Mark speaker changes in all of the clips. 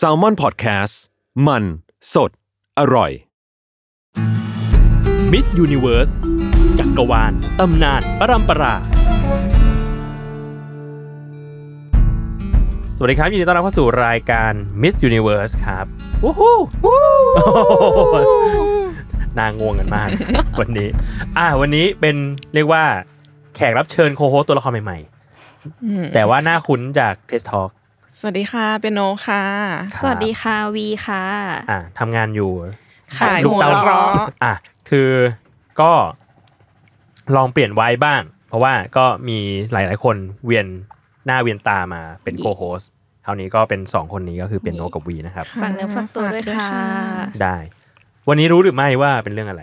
Speaker 1: s a l m o n PODCAST มันสดอร่อย
Speaker 2: มิสยูนิเวิร์สจักรวาล ตำนาน ประรำปรา สวัสดีครับ ยินดีต้อนรับเข้าสู่รายการ Miss Universe ครับวู้ฮู้โอ้โหนางงวงกันม าก วันนี้ อ่า วันนี้เป็นเรียกว่าแขกรับเชิญโคโฮสตัวละครใหม่ๆ แต่ว่าหน้าคุ้นจากเทสทอ l k
Speaker 3: สวัสดีค่ะเปียโนค่ะ
Speaker 4: สวัสดีค่ะวีค่ะ
Speaker 2: อ่าทำงานอยู่
Speaker 3: ขาย
Speaker 2: ลูก
Speaker 3: หัว
Speaker 2: เต้า
Speaker 3: เราะ
Speaker 2: อ่ะ คือก็ลองเปลี่ยนไว้บ้าง เพราะว่าก็มีหลาย ๆ คนเวียนหน้าเวียนตามาเป็นโคโฮสคราวนี้ก็เป็น 2 คนนี้ก็คือเป็นโนกับวีนะครับ
Speaker 4: ฝากเนื้อฝากตัวด้วยค่ะ
Speaker 2: ได้ วันนี้รู้หรือไม่ว่าเป็นเรื่องอะไร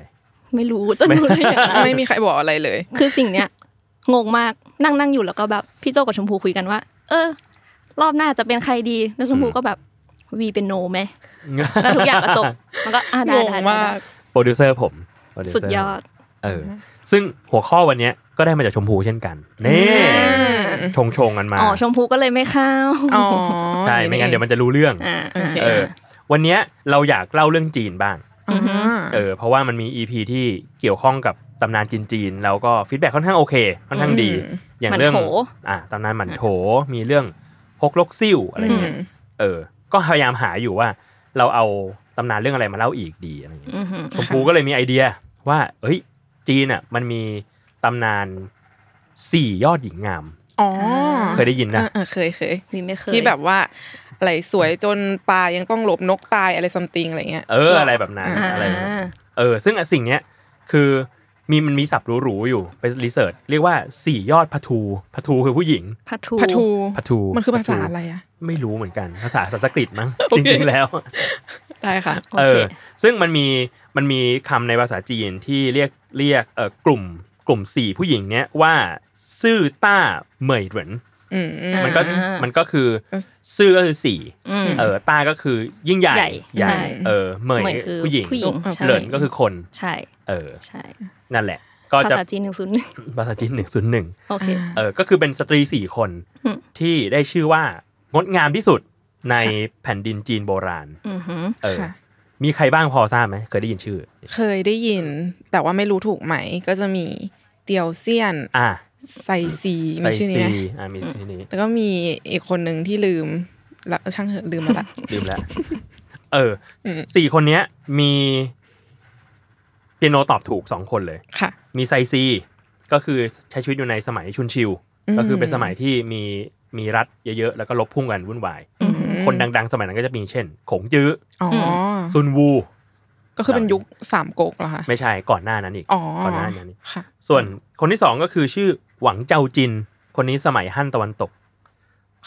Speaker 4: ไม่รู้จะรู้ได้ยังไง
Speaker 3: ไม่มีใครบอกอะไรเลย
Speaker 4: คือสิ่งเนี้ยงงมากนั่งนั่งอยู่แล้วก็แบบพี่โจกับชมพูคุยกันว่า เออ รอบหน้าจะเป็นใครดีแล้วชมพูก็แบบวีเป็นโนไหมแล้วทุกอย่างก็ จบมันก็อ่ะได้
Speaker 3: งง
Speaker 4: ได้
Speaker 3: มาก
Speaker 4: ได้
Speaker 2: โปรดิวเซอร์ผมโปรวเซร์
Speaker 4: สุดยอด
Speaker 2: เออ ซึ่งหัวข้อวันเนี้ยก็ได้มาจากชมพูเช่นกัน นี่ชงชงๆกันมา
Speaker 4: อ๋อชมพูก็เลยไม่เข้า
Speaker 3: อ๋อ
Speaker 2: ใช่ไม่งั้นเดี๋ยวมันจะรู้เรื่อง
Speaker 4: อ่า
Speaker 3: โอเค
Speaker 2: เออ วันเนี้ยเราอยากเล่าเรื่องจีนบ้าง
Speaker 3: อ่า
Speaker 2: เออเพราะว่ามันมี EP ที่เกี่ยวข้องกับตำนานจีนๆแล้วก็ฟีดแบ็ค่อนข้างโอเคค่อนข้างดี อย่างเรื่อง
Speaker 4: หมันโถ
Speaker 2: อ่ะตำนานหมันโถมีเรื่องฮกลกซิ่วอะไรเงี้ยเออ ก็พยายามหาอยู่ว่า เราเอาตำนานเรื่องอะไรมาเล่าอีกดีอะไรเงี้ย
Speaker 4: อือหือ
Speaker 2: ชมพูก็เลยมีไอเดียว่า เอ้ย จีนอ่ะมันมีตำนานสี่ยอดหญิงงาม
Speaker 3: อ๋อ
Speaker 2: เคยได้ยินนะ
Speaker 3: เออเคยเคย
Speaker 4: วีไม่เคย
Speaker 3: ที่แบบว่าอะไรสวยจนปลายังต้องหลบนกตายอะไรซัมติงอะไรเงี้ย
Speaker 2: เอออะไรแบบนั้น
Speaker 4: อ่า
Speaker 2: อะไรแบบนั้น เออซึ่งสิ่งเนี้ยคือมีมันมีศัพท์หรูๆอยู่ไปรีเสิร์ชเรียกว่าสี่ยอดพัทูพัทูคือผู้หญิง
Speaker 4: พัทู
Speaker 3: พัทู
Speaker 2: พัทู
Speaker 3: มันคือภาษา
Speaker 2: พัทู
Speaker 3: อะไรอะ
Speaker 2: ไม่รู้เหมือนกันภาษาสันสกฤตมั้ง
Speaker 3: โอ
Speaker 2: จ
Speaker 3: เค
Speaker 2: ริงๆแล้ว
Speaker 3: ได้ค่ะ
Speaker 4: โอ
Speaker 2: เอ
Speaker 4: เค
Speaker 2: อซึ่งมันมีมันมีคำในภาษาจีนที่เรียกเรียกเออกลุ่มกลุ่มสี่ผู้หญิงเนี้ยว่าซื่อต้าเหมยเหริน
Speaker 3: อืม
Speaker 2: มันก็มันก็คือ
Speaker 3: เออ
Speaker 2: ซื่อก็คือสี่
Speaker 4: อืม
Speaker 2: เออต้าก็คือยิ่งใหญ่
Speaker 4: ใหญ่
Speaker 2: ใหญ่
Speaker 4: ใช่
Speaker 2: เออเหมย
Speaker 4: เหมยคือ
Speaker 2: ผู้หญิง
Speaker 4: ผู้หญิงใช่
Speaker 2: เหรินก็คือคน
Speaker 4: ใช่
Speaker 2: เออ
Speaker 4: ใช่
Speaker 2: นั่นแหละก็
Speaker 4: ภา
Speaker 2: จะ
Speaker 4: ษาจีนหนึ่งศูนย์หนึ่ง
Speaker 2: ภาษาจีนหนึ่งศูนย์หนึ่ง
Speaker 4: โอเค
Speaker 2: เออ ก็คือเป็นสตรีสี่คน
Speaker 4: อืม
Speaker 2: ที่ได้ชื่อว่างดงามที่สุดในแผ่นดินจีนโบราณ
Speaker 4: อือหือ
Speaker 2: เออ
Speaker 3: ค่ะ
Speaker 2: มีใครบ้างพอทราบไหม เคยได้ยินชื่อ
Speaker 3: เคยได้ยิน แต่ว่าไม่รู้ถูกไหมก็จะมีเตียวเซียน
Speaker 2: อ่ะ
Speaker 3: ไซซี
Speaker 2: ไซ
Speaker 3: มีชื่อนี้
Speaker 2: ซี
Speaker 3: ไหม
Speaker 2: อ่ะมีชื่อนี้
Speaker 3: แล้วก็มีอีกคนหนึ่งที่ลืมแล้วช่างเหอะลืม มาละ
Speaker 2: ลืมแล้ว เอออ
Speaker 3: ม
Speaker 2: สี่คนเนี้ย มีเปียโนตอบถูกสองคนเลย
Speaker 3: ค่ะ
Speaker 2: มีไซซี ก็คือใช้ชีวิตอยู่ในสมัยชุนชิว
Speaker 3: อืม
Speaker 2: ก็คือเป็นสมัยที่มีมีรัฐเยอะๆ แล้วก็ลบพุ่งกันวุ่นวาย
Speaker 4: อืม
Speaker 2: คนดังๆ สมัยนั้นก็จะมีเช่น ขงจื้อ
Speaker 3: อ๋ออ
Speaker 2: ซุนวู
Speaker 3: ก็คือเป็นยุคสามก๊กเหรอคะ
Speaker 2: ไม่ใช่ก่อนหน้านั้นอีก
Speaker 3: อ๋อ
Speaker 2: ก่อนหน้านั้นอีก
Speaker 3: ค่ะ
Speaker 2: ส่วนคนที่สองก็คือชื่อหวังเจ้าจิน คนนี้สมัยฮั่นตะวันตก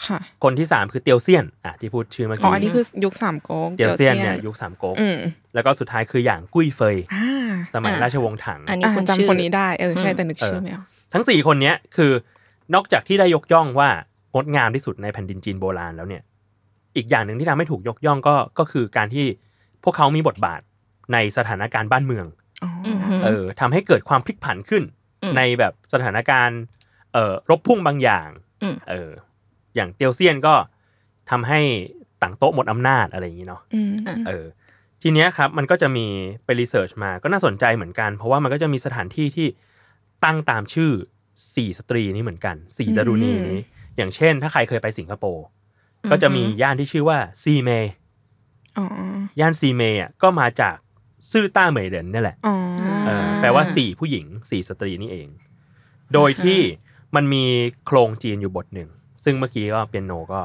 Speaker 3: ค่ะ
Speaker 2: คนที่สามคือเตียวเซียนอ่ะที่พูดชื่อเมื่อ
Speaker 3: อ๋อ
Speaker 2: กี้
Speaker 3: อันนี้คือยุคสามก๊ก
Speaker 2: เตียวเซียนเนี่ยยุคสามก๊ก
Speaker 3: อืม
Speaker 2: แล้วก็สุดท้ายคืออย่างกุ้ยเฟย
Speaker 3: อ่า
Speaker 2: สมัย
Speaker 4: อ่ะ
Speaker 2: ราชวงศ์ถัง
Speaker 4: อันนี้
Speaker 3: อ่า
Speaker 4: คุณชื่อ
Speaker 3: จำคนนี้ได้เออใช่
Speaker 4: อืม
Speaker 3: แต่นึกชื่อไม่ออก
Speaker 2: ทั้งสี่คนเนี้ยคือนอกจากที่ได้ยกย่องว่างดงามที่สุดในแผ่นดินจีนโบราณแล้วเนี่ย อีกอย่างหนึ่งที่ทำให้ถูกยกย่องก็ก็คือการที่พวกเขามีบทบาทในสถานการณ์บ้านเมือง
Speaker 3: อ๋ออ
Speaker 4: อหือ
Speaker 2: เออทำให้เกิดความพลิกผันขึ้น
Speaker 4: อืม
Speaker 2: ในแบบสถานการณ์เอ่อรบพุ่งบางอย่าง
Speaker 4: อืม
Speaker 2: เอออย่างเตียวเซียนก็ทำให้ต่างโต๊ะหมดอำนาจอะไรอย่างนี้เนาะ
Speaker 3: อืม
Speaker 4: อ่ะ
Speaker 2: เออทีเนี้ยครับมันก็จะมีไปรีเสิร์ชมาก็น่าสนใจเหมือนกัน เพราะว่ามันก็จะมีสถานที่ที่ตั้งตามชื่อสี่สตรีนี้เหมือนกันสี่ดารุณีนี้ อย่างเช่น ถ้าใครเคยไปสิงคโปร์ก็จะมีย่านที่ชื่อว่าซีเมย์
Speaker 3: อ๋อย่
Speaker 2: านซีเมย์อ่ะก็มาจากซื่อต้าเหมยเหรินเนี่ยแหละ
Speaker 3: อ๋อ
Speaker 2: เอ
Speaker 3: อ
Speaker 2: อแปลว่าสี่ผู้หญิงสี่สตรีนี่เอง โดยที่มันมีโครงจีนอยู่บทหนึ่ง ซึ่งเมื่อกี้ก็เปียโนก็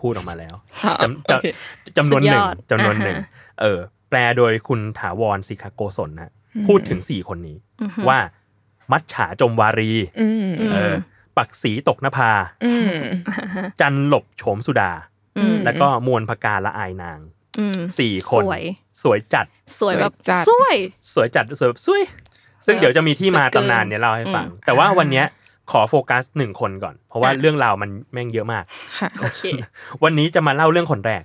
Speaker 2: พูดออกมาแล้ว
Speaker 3: ค่ะ
Speaker 2: จำจ
Speaker 3: โอเค
Speaker 2: ำจำนวนหนึ่ง
Speaker 4: สุดยอด
Speaker 2: จำนวนหนึ่ง
Speaker 4: อ่าฮ
Speaker 2: เออ แปลโดยคุณถาวรสิกาโกศลนะพูดถึงสี่คนนี้
Speaker 4: อือหือ
Speaker 2: ว่ามัจฉาจมวารี
Speaker 3: อืม
Speaker 4: อืม
Speaker 2: เออ ปักสีตกนภา
Speaker 3: อืม
Speaker 2: จันหลบโฉมสุดา
Speaker 4: อืม
Speaker 2: แล้วก็มวลพกาละอายนาง
Speaker 4: อืม
Speaker 2: สี่คน
Speaker 4: สวย
Speaker 2: สวยจัด
Speaker 4: สวยแบ
Speaker 3: ส
Speaker 4: บ
Speaker 3: วยจัด
Speaker 4: สวย
Speaker 2: สวยจัดสวยแบบสวย ซึ่งเดี๋ยวจะมีที่มา
Speaker 4: สุดเกิน
Speaker 2: ตำนานเนี่ยเล่าให้ฟัง
Speaker 3: อืม
Speaker 2: แต่ว่าวันเนี้ยขอโฟกัสหนึ่งคนก่อน เพราะว่า
Speaker 3: อ่ะ
Speaker 2: เรื่องราวมันแม่งเยอะมาก
Speaker 3: ค่ะ
Speaker 4: โอเค
Speaker 2: วันนี้จะมาเล่าเรื่องคนแรก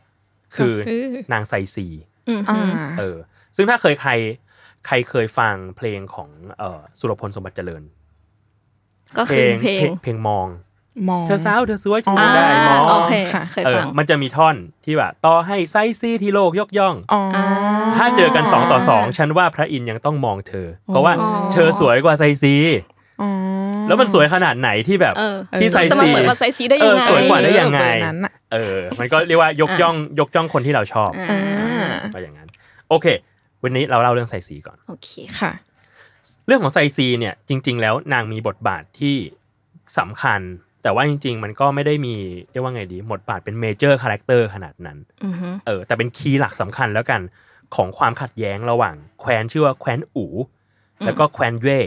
Speaker 2: คือ
Speaker 3: ก็คือน
Speaker 2: างไซซี
Speaker 4: อืม
Speaker 3: อ่า
Speaker 2: เออ ซึ่งถ้าเคยใครใครเคยฟังเพลงของเอ่อสุรพลสมบัติเจริญ
Speaker 4: ก็คือเพลง
Speaker 2: เพลงมอง
Speaker 3: มอง
Speaker 2: เธอสาวเธอสวยฉัน
Speaker 3: อ๋อ
Speaker 2: ไม่ได้มอง
Speaker 4: โอเค
Speaker 3: ค่ะ
Speaker 4: เคย
Speaker 2: เออ
Speaker 4: ฟัง
Speaker 2: มันจะมีท่อนที่ว่าต่อให้ไซซีที่โลกยกย่อง
Speaker 3: อ๋ออ
Speaker 2: ถ้าเจอกันสองต่อสองฉันว่าพระอินทร์ยังต้องมองเธอ เพราะว่าเธอสวยกว่าไซซี
Speaker 3: อ๋อ
Speaker 2: แล้วมันสวยขนาดไหนที่แบบ
Speaker 4: เออ
Speaker 2: ที่ไซ
Speaker 4: จะมา
Speaker 2: ซี
Speaker 4: สวยกว่าไซซีได้ยังไง
Speaker 2: เออสวยกว่าได้ยังไง
Speaker 3: เออเบอร์นั้นน่ะ
Speaker 2: เออ มันก็เรียกว่ายกย่องยกย่องคนที่เราชอบ
Speaker 4: อ่า
Speaker 3: อ่า
Speaker 2: ก็อย่างนั้น โอเค วันนี้เราเล่าเรื่องไซซีก่อน
Speaker 4: โอเค
Speaker 3: ค่ะ
Speaker 2: เรื่องของไซซีเนี่ยจริง ๆ แล้วนางมีบทบาทที่สำคัญ แต่ว่าจริง ๆ มันก็ไม่ได้มีเรียกว่าไงดีบทบาทเป็นเมเจอร์คาแรคเตอร์ขนาดนั้น
Speaker 4: อือฮึ
Speaker 2: เออแต่เป็นคีย์หลักสำคัญแล้วกันของความขัดแย้งระหว่าง แคว้นชื่อว่าแคว้นอู แล้วก็แคว้นเว่ย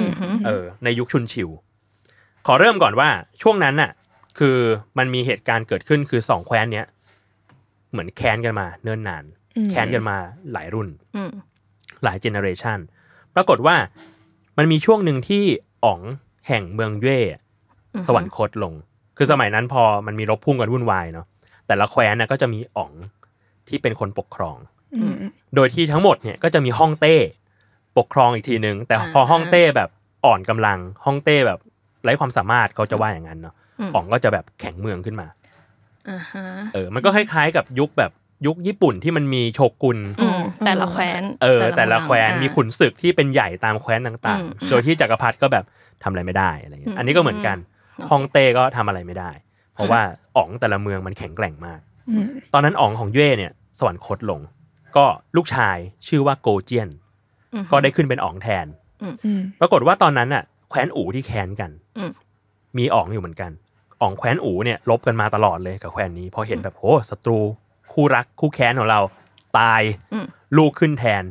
Speaker 4: อือฮึ
Speaker 2: เออในยุคชุนชิว ขอเริ่มก่อนว่าช่วงนั้นน่ะ คือมันมีเหตุการณ์เกิดขึ้นคือสองแคว้นเนี้ยเหมือนแค้นกันมาเนิ่นนาน
Speaker 3: อืม
Speaker 2: แค้นกันมาหลายรุ่น
Speaker 4: อืม
Speaker 2: หลายเจเนอเรชันปรากฏว่ามันมีช่วงหนึ่งที่อ๋องแห่งเมืองเย่อะ
Speaker 4: อือฮึ
Speaker 2: สวรรคตลง คือสมัยนั้นพอมันมีรบพุ่งกันวุ่นวายเนาะแต่ละแคว้นน่ะก็จะมีอ๋องที่เป็นคนปกครอง
Speaker 3: อืม
Speaker 2: โดยที่ทั้งหมดเนี่ยก็จะมีฮ่องเต้ปกครองอีกทีหนึ่งแต่พอฮ่องเต้แบบอ่อนกำลังฮ่องเต้แบบไร้ความสามารถเขาจะว่าอย่างนั้นเนาะอ๋องก็จะแบบแข็งเมืองขึ้นมา
Speaker 4: อ่าฮะ
Speaker 2: เออ มันก็คล้ายๆ กับยุคแบบยุคญี่ปุ่นที่มันมีโชกุน
Speaker 4: อืมแต่ละแคว้น
Speaker 2: เออแต่ละแคว้น
Speaker 4: อ่า
Speaker 2: มีขุนศึกที่เป็นใหญ่ตามแคว้นต่าง
Speaker 4: อืม
Speaker 2: ๆ โดยที่จักรพรรดิก็แบบทำอะไรไม่ได้อะไรเงี้
Speaker 4: อื
Speaker 2: ย
Speaker 4: ม
Speaker 2: อันนี้ก็เหมือนกัน
Speaker 4: อืม
Speaker 2: ฮ่องเต้ก็ทำอะไรไม่ได้ เพราะว่าอ๋องแต่ละเมืองมันแข็งแกร่งมาก
Speaker 3: อืม
Speaker 2: ตอนนั้นอ๋องของเย่เนี่ยสวรรคตลง ก็ลูกชายชื่อว่าโกเจียน
Speaker 4: อือฮึ
Speaker 2: ก็ได้ขึ้นเป็นอ๋องแทน
Speaker 3: อืม
Speaker 2: ปรากฏว่าตอนนั้นน่ะแคว้นอู่ที่แค้นกัน
Speaker 4: อืม
Speaker 2: มีอ๋องอยู่เหมือนกันอ๋องแคว้นอู่เนี่ยลบกันมาตลอดเลยกับแคว้นนี้เพราะเห็นแบบโหศัตรู คู่รักคู่แค้นของเราตาย
Speaker 4: อืม
Speaker 2: ลูกขึ้นแทน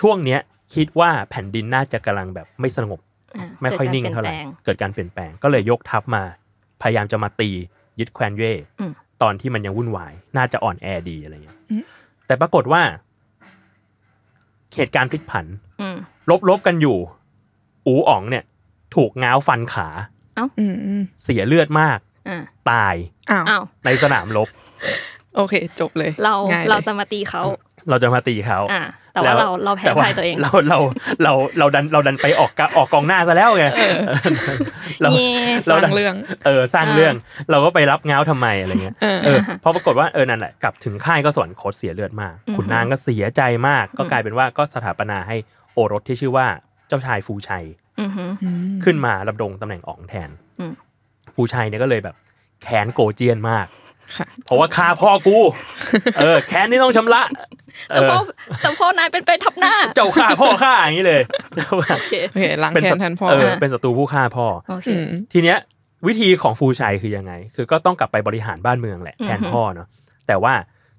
Speaker 2: ช่วงเนี้ยคิดว่าแผ่นดินน่าจะกำลังแบบไม่สงบ
Speaker 4: า
Speaker 2: ไม่ค่อยนิ่งเท่าไหร่
Speaker 4: กิดกปลี่ยนแปลง
Speaker 2: เกิดการเปลี่ยนแปลงก็เลยยกทัพมา พยายามจะมาตียึดแคว้นเย่
Speaker 4: อืม
Speaker 2: ตอนที่มันยังวุ่นวาย น่าจะอ่อนแอดีอะไรเงี้ย
Speaker 3: อืม
Speaker 2: แต่ปรากฏว่า เหตุการณ์พลิกผัน
Speaker 4: อืม
Speaker 2: ลบๆกันอยู่ อูอ๋องเนี่ย ถูกง้าวฟันขา
Speaker 3: อืมอืม
Speaker 2: เสียเลือดมาก
Speaker 4: อ่า
Speaker 2: ตาย
Speaker 3: อ้าว
Speaker 4: อ้าว
Speaker 2: ในสนามรบ
Speaker 3: โอเค จบเลย
Speaker 4: เรา
Speaker 3: ง่ยลย
Speaker 4: เราจะมาตีเขา
Speaker 2: เราจะมาตีเขา
Speaker 4: อ่า แต่ว่าเราเราแพ้
Speaker 2: ต่
Speaker 4: ภัยตัวเอง
Speaker 2: เราเราเราเราดันเราดันไปออกกะออกกองหน้าซะแล้วไงเรา
Speaker 4: เย่
Speaker 3: ส
Speaker 2: เรา
Speaker 3: ร้าง
Speaker 2: ดัน
Speaker 3: เรื่อง
Speaker 2: เออสร้าง
Speaker 4: อ่า
Speaker 2: เรื่องเราก็ไปรับง้าวทำไมอะไรเงี้ย
Speaker 3: เออ
Speaker 2: เออเพราะปรากฏว่าเออนั่นแหละกลับถึงค่ายก็สวรรคตเสียเลือดมาก ขุนนางก็เสียใจมาก ก็กลายเป็นว่าก็สถาปนาให้โอรสที่ชื่อว่าเจ้าชายฟูชัย
Speaker 4: อือหือ
Speaker 3: อืม
Speaker 2: ขึ้นมาดำรงตำแหน่งอ๋องแทน
Speaker 4: อืม
Speaker 2: ฟูชัยเนี่ยก็เลยแบบแค้นโกเจียนมาก
Speaker 3: ค่ะ
Speaker 2: เพราะว่าฆ่าพ่อกู เออ แค้นนี่ต้องชำระเอ
Speaker 4: แต่
Speaker 2: อ
Speaker 4: พ่อแต่พ่อนายเป็นไปทับหน้า
Speaker 2: เจ้าฆ่าพ่อฆ่าอย่างนี้เลยแล้วว่า
Speaker 4: โอเค
Speaker 3: โอเคล้าง
Speaker 2: เป็น
Speaker 3: แค้
Speaker 2: ศั
Speaker 3: น
Speaker 2: ต
Speaker 3: แทนพ่อ
Speaker 2: เออเป็นศัตรูผู้ฆ่าพ่อ
Speaker 4: โอเค
Speaker 3: อืม
Speaker 2: ทีเนี้ยวิธีของฟูชัยคือยังไง คือก็ต้องกลับไปบริหารบ้านเมืองแหละแทน
Speaker 4: อือฮึ
Speaker 2: พ่อเนาะแต่ว่า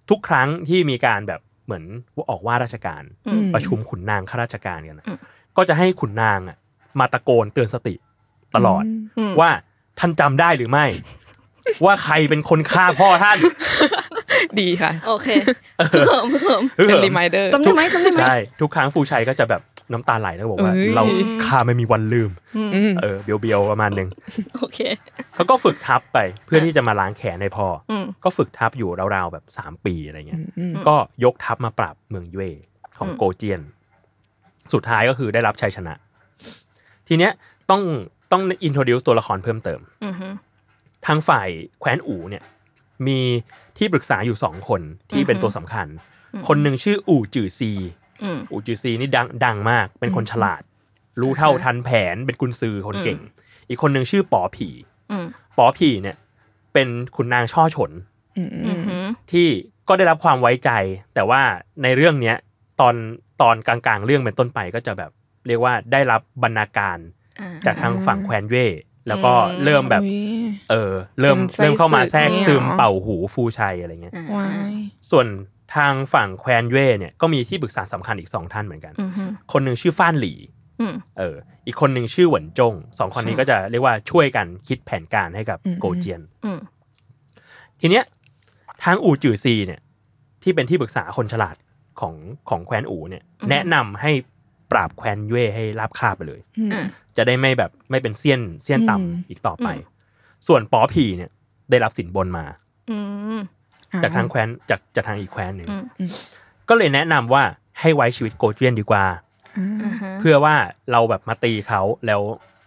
Speaker 2: ทุกครั้งที่มีการแบบเหมือนออกว่าราชการ
Speaker 4: อืม
Speaker 2: ประชุมขุนนางข้าราชการกันน่ะ
Speaker 4: อืม
Speaker 2: ก็จะให้ขุนนางอะมาตะโกนเตือนสติตลอด
Speaker 4: อืม
Speaker 2: ว่าท่านจำได้หรือไม่ ว่าใครเป็นคนฆ่าพ่อท่าน
Speaker 3: ดีค่ะ
Speaker 4: โอเคเพิ่มเพิ่ม
Speaker 3: เป็น
Speaker 2: เออ
Speaker 3: reminder
Speaker 4: จำได้ไหมจำได้ไหม
Speaker 2: ใช่ทุกครั้งฟูชัยก็จะแบบน้ำตาไหลแล้วบอกว่า
Speaker 3: เอ้ย
Speaker 2: เราฆ่าไม่มีวันลืม
Speaker 3: อืม
Speaker 2: เออเบียวๆประมาณหนึ่ง
Speaker 4: โอเค
Speaker 2: เขาก็ฝึกทับไปเพื่อที่จะมาล้างแขนในพ่ออ
Speaker 4: อืม
Speaker 2: ก็ฝึกทับอยู่ราวๆแบบ 3 ปีอะไรเงี้ย
Speaker 3: อืม
Speaker 2: ก็ยกทัพมาปราบเมืองเย่ของ
Speaker 4: อืม
Speaker 2: โกเจียน สุดท้ายก็คือได้รับชัยชนะ ทีเนี้ยต้องต้องอินโทรดิวตัวละครเพิ่มเติม
Speaker 4: อือหือ
Speaker 2: ทางฝ่ายแคว้นอู่เนี่ยมีที่ปรึกษาอยู่สองคนที่เป็น
Speaker 4: อือฮึ
Speaker 2: ตัวสำคัญ
Speaker 4: อือฮึ
Speaker 2: คนหนึ่งชื่ออู่จือซี
Speaker 4: อืม
Speaker 2: อู่จือซีนี่ดังดังมาก เป็นคนฉลาด รู้เท่าทันแผนเป็นกุนซือคนเก่ง อีกคนหนึ่งชื่อป๋อผี
Speaker 4: อืม
Speaker 2: ป๋อผีเนี่ยเป็นขุนนางช่อฉน
Speaker 3: อืม
Speaker 4: อื
Speaker 3: อื
Speaker 4: อ
Speaker 3: ม
Speaker 4: หือ
Speaker 2: ที่ก็ได้รับความไว้ใจ แต่ว่าในเรื่องเนี้ยตอนตอนกลางๆ เรื่องเป็นต้นไปก็จะแบบเรียกว่าได้รับบรรณาการ
Speaker 4: อ่า
Speaker 2: จากทางฝั่งแคว้นเว่ยแล้วก็
Speaker 4: อืม
Speaker 2: เริ่มแบบ
Speaker 3: อุ๊ย
Speaker 2: เออเริ่ม
Speaker 3: เป็นไส้
Speaker 2: เริ่มเข้ามาแทรก
Speaker 3: ศึก
Speaker 2: ซึม
Speaker 3: เนี่ยเหรอ
Speaker 2: เป่าหูฟูชัยอะไรเงี้ย
Speaker 4: อ่าว
Speaker 3: าย
Speaker 2: ส่วนทางฝั่งแคว้นเว่ยเนี่ยก็มีที่ปรึกษาสำคัญอีกสองท่านเหมือนกัน
Speaker 4: อือหือ
Speaker 2: คนหนึ่งชื่อฟ้านหลี่
Speaker 4: อืม
Speaker 2: เอออีกคนหนึ่งชื่อหวนจงสองคนนี้ก็จะเรียกว่าช่วยกันคิดแผนการให้กับโกเจียน
Speaker 4: อืม
Speaker 2: ทีเนี้ย ทางอู่จือซีเนี่ย ที่เป็นที่ปรึกษาคนฉลาดของของแคว้นอู่เนี่ย
Speaker 4: อืม
Speaker 2: แนะนำให้ปราบแคว้นเย่ให้ราบคาบไปเลย
Speaker 3: อืม
Speaker 4: อ่ะ
Speaker 2: จะได้ไม่แบบไม่เป็นเสี้ยนเสี้ยนต่ำ
Speaker 3: อืม
Speaker 2: อีกต่อไป
Speaker 4: อืม
Speaker 2: ส่วนป๋อผีเนี่ย ได้รับสินบนมา
Speaker 4: อืม
Speaker 2: จากทางแคว้นจากจากทางอีกแคว้นหนึ่ง
Speaker 4: อืม
Speaker 2: ก็เลยแนะนำว่าให้ไว้ชีวิตโกเจียนดีกว่า
Speaker 3: อ่า
Speaker 4: อ่าฮะ
Speaker 2: เพื่อว่าเราแบบมาตีเขาแล้ว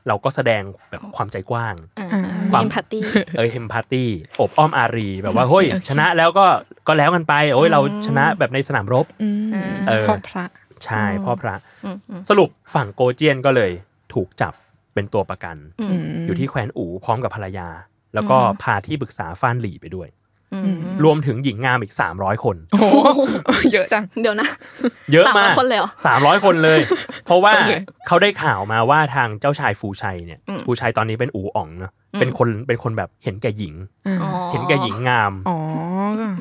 Speaker 2: เราก็แสดงแบบความใจกว้าง
Speaker 4: อ่า
Speaker 2: ความ
Speaker 4: เอ็มพัตตี้
Speaker 2: เอ้ยเฮมพาร์ตี้อบอ้อมอารีแบบว่าเฮ้ยชนะแล้วก็ก็แล้วกันไปโอ้ยเรา
Speaker 4: อืม
Speaker 2: ชนะแบบในสนามรบ
Speaker 3: อืม
Speaker 4: อ่า
Speaker 2: เออ
Speaker 3: พ่อพระ
Speaker 2: ใช่พ่อพระ
Speaker 4: อืมอืม
Speaker 2: สรุปฝั่งโกเจียนก็เลยถูกจับเป็นตัวประกัน
Speaker 4: อืม
Speaker 2: อยู่ที่แคว้นอู่พร้อมกับภรรยา แล้วก็พาที่ปรึกษาฟ้านหลี่ไปด้วย
Speaker 4: อืม
Speaker 2: รวมถึงหญิงงามอีก 300 คน
Speaker 3: โอ้โห เยอะจัง
Speaker 4: เดี๋ยวนะ
Speaker 2: เยอะมาก
Speaker 4: 300คนเลยเหรอ
Speaker 2: 300 คน เลย เพราะว่า
Speaker 3: โอเค
Speaker 2: เขาได้ข่าวมาว่าทางเจ้าชายฟูชัยเนี่ย
Speaker 4: อืม
Speaker 2: ฟูชัยตอนนี้เป็นอู่อ๋องเนอะ
Speaker 4: อืม
Speaker 2: เป็นคนเป็นคนแบบเห็นแก่หญิง
Speaker 3: อ่า
Speaker 4: อ๋อ
Speaker 2: เห็นแก่หญิงงาม
Speaker 3: อ๋อ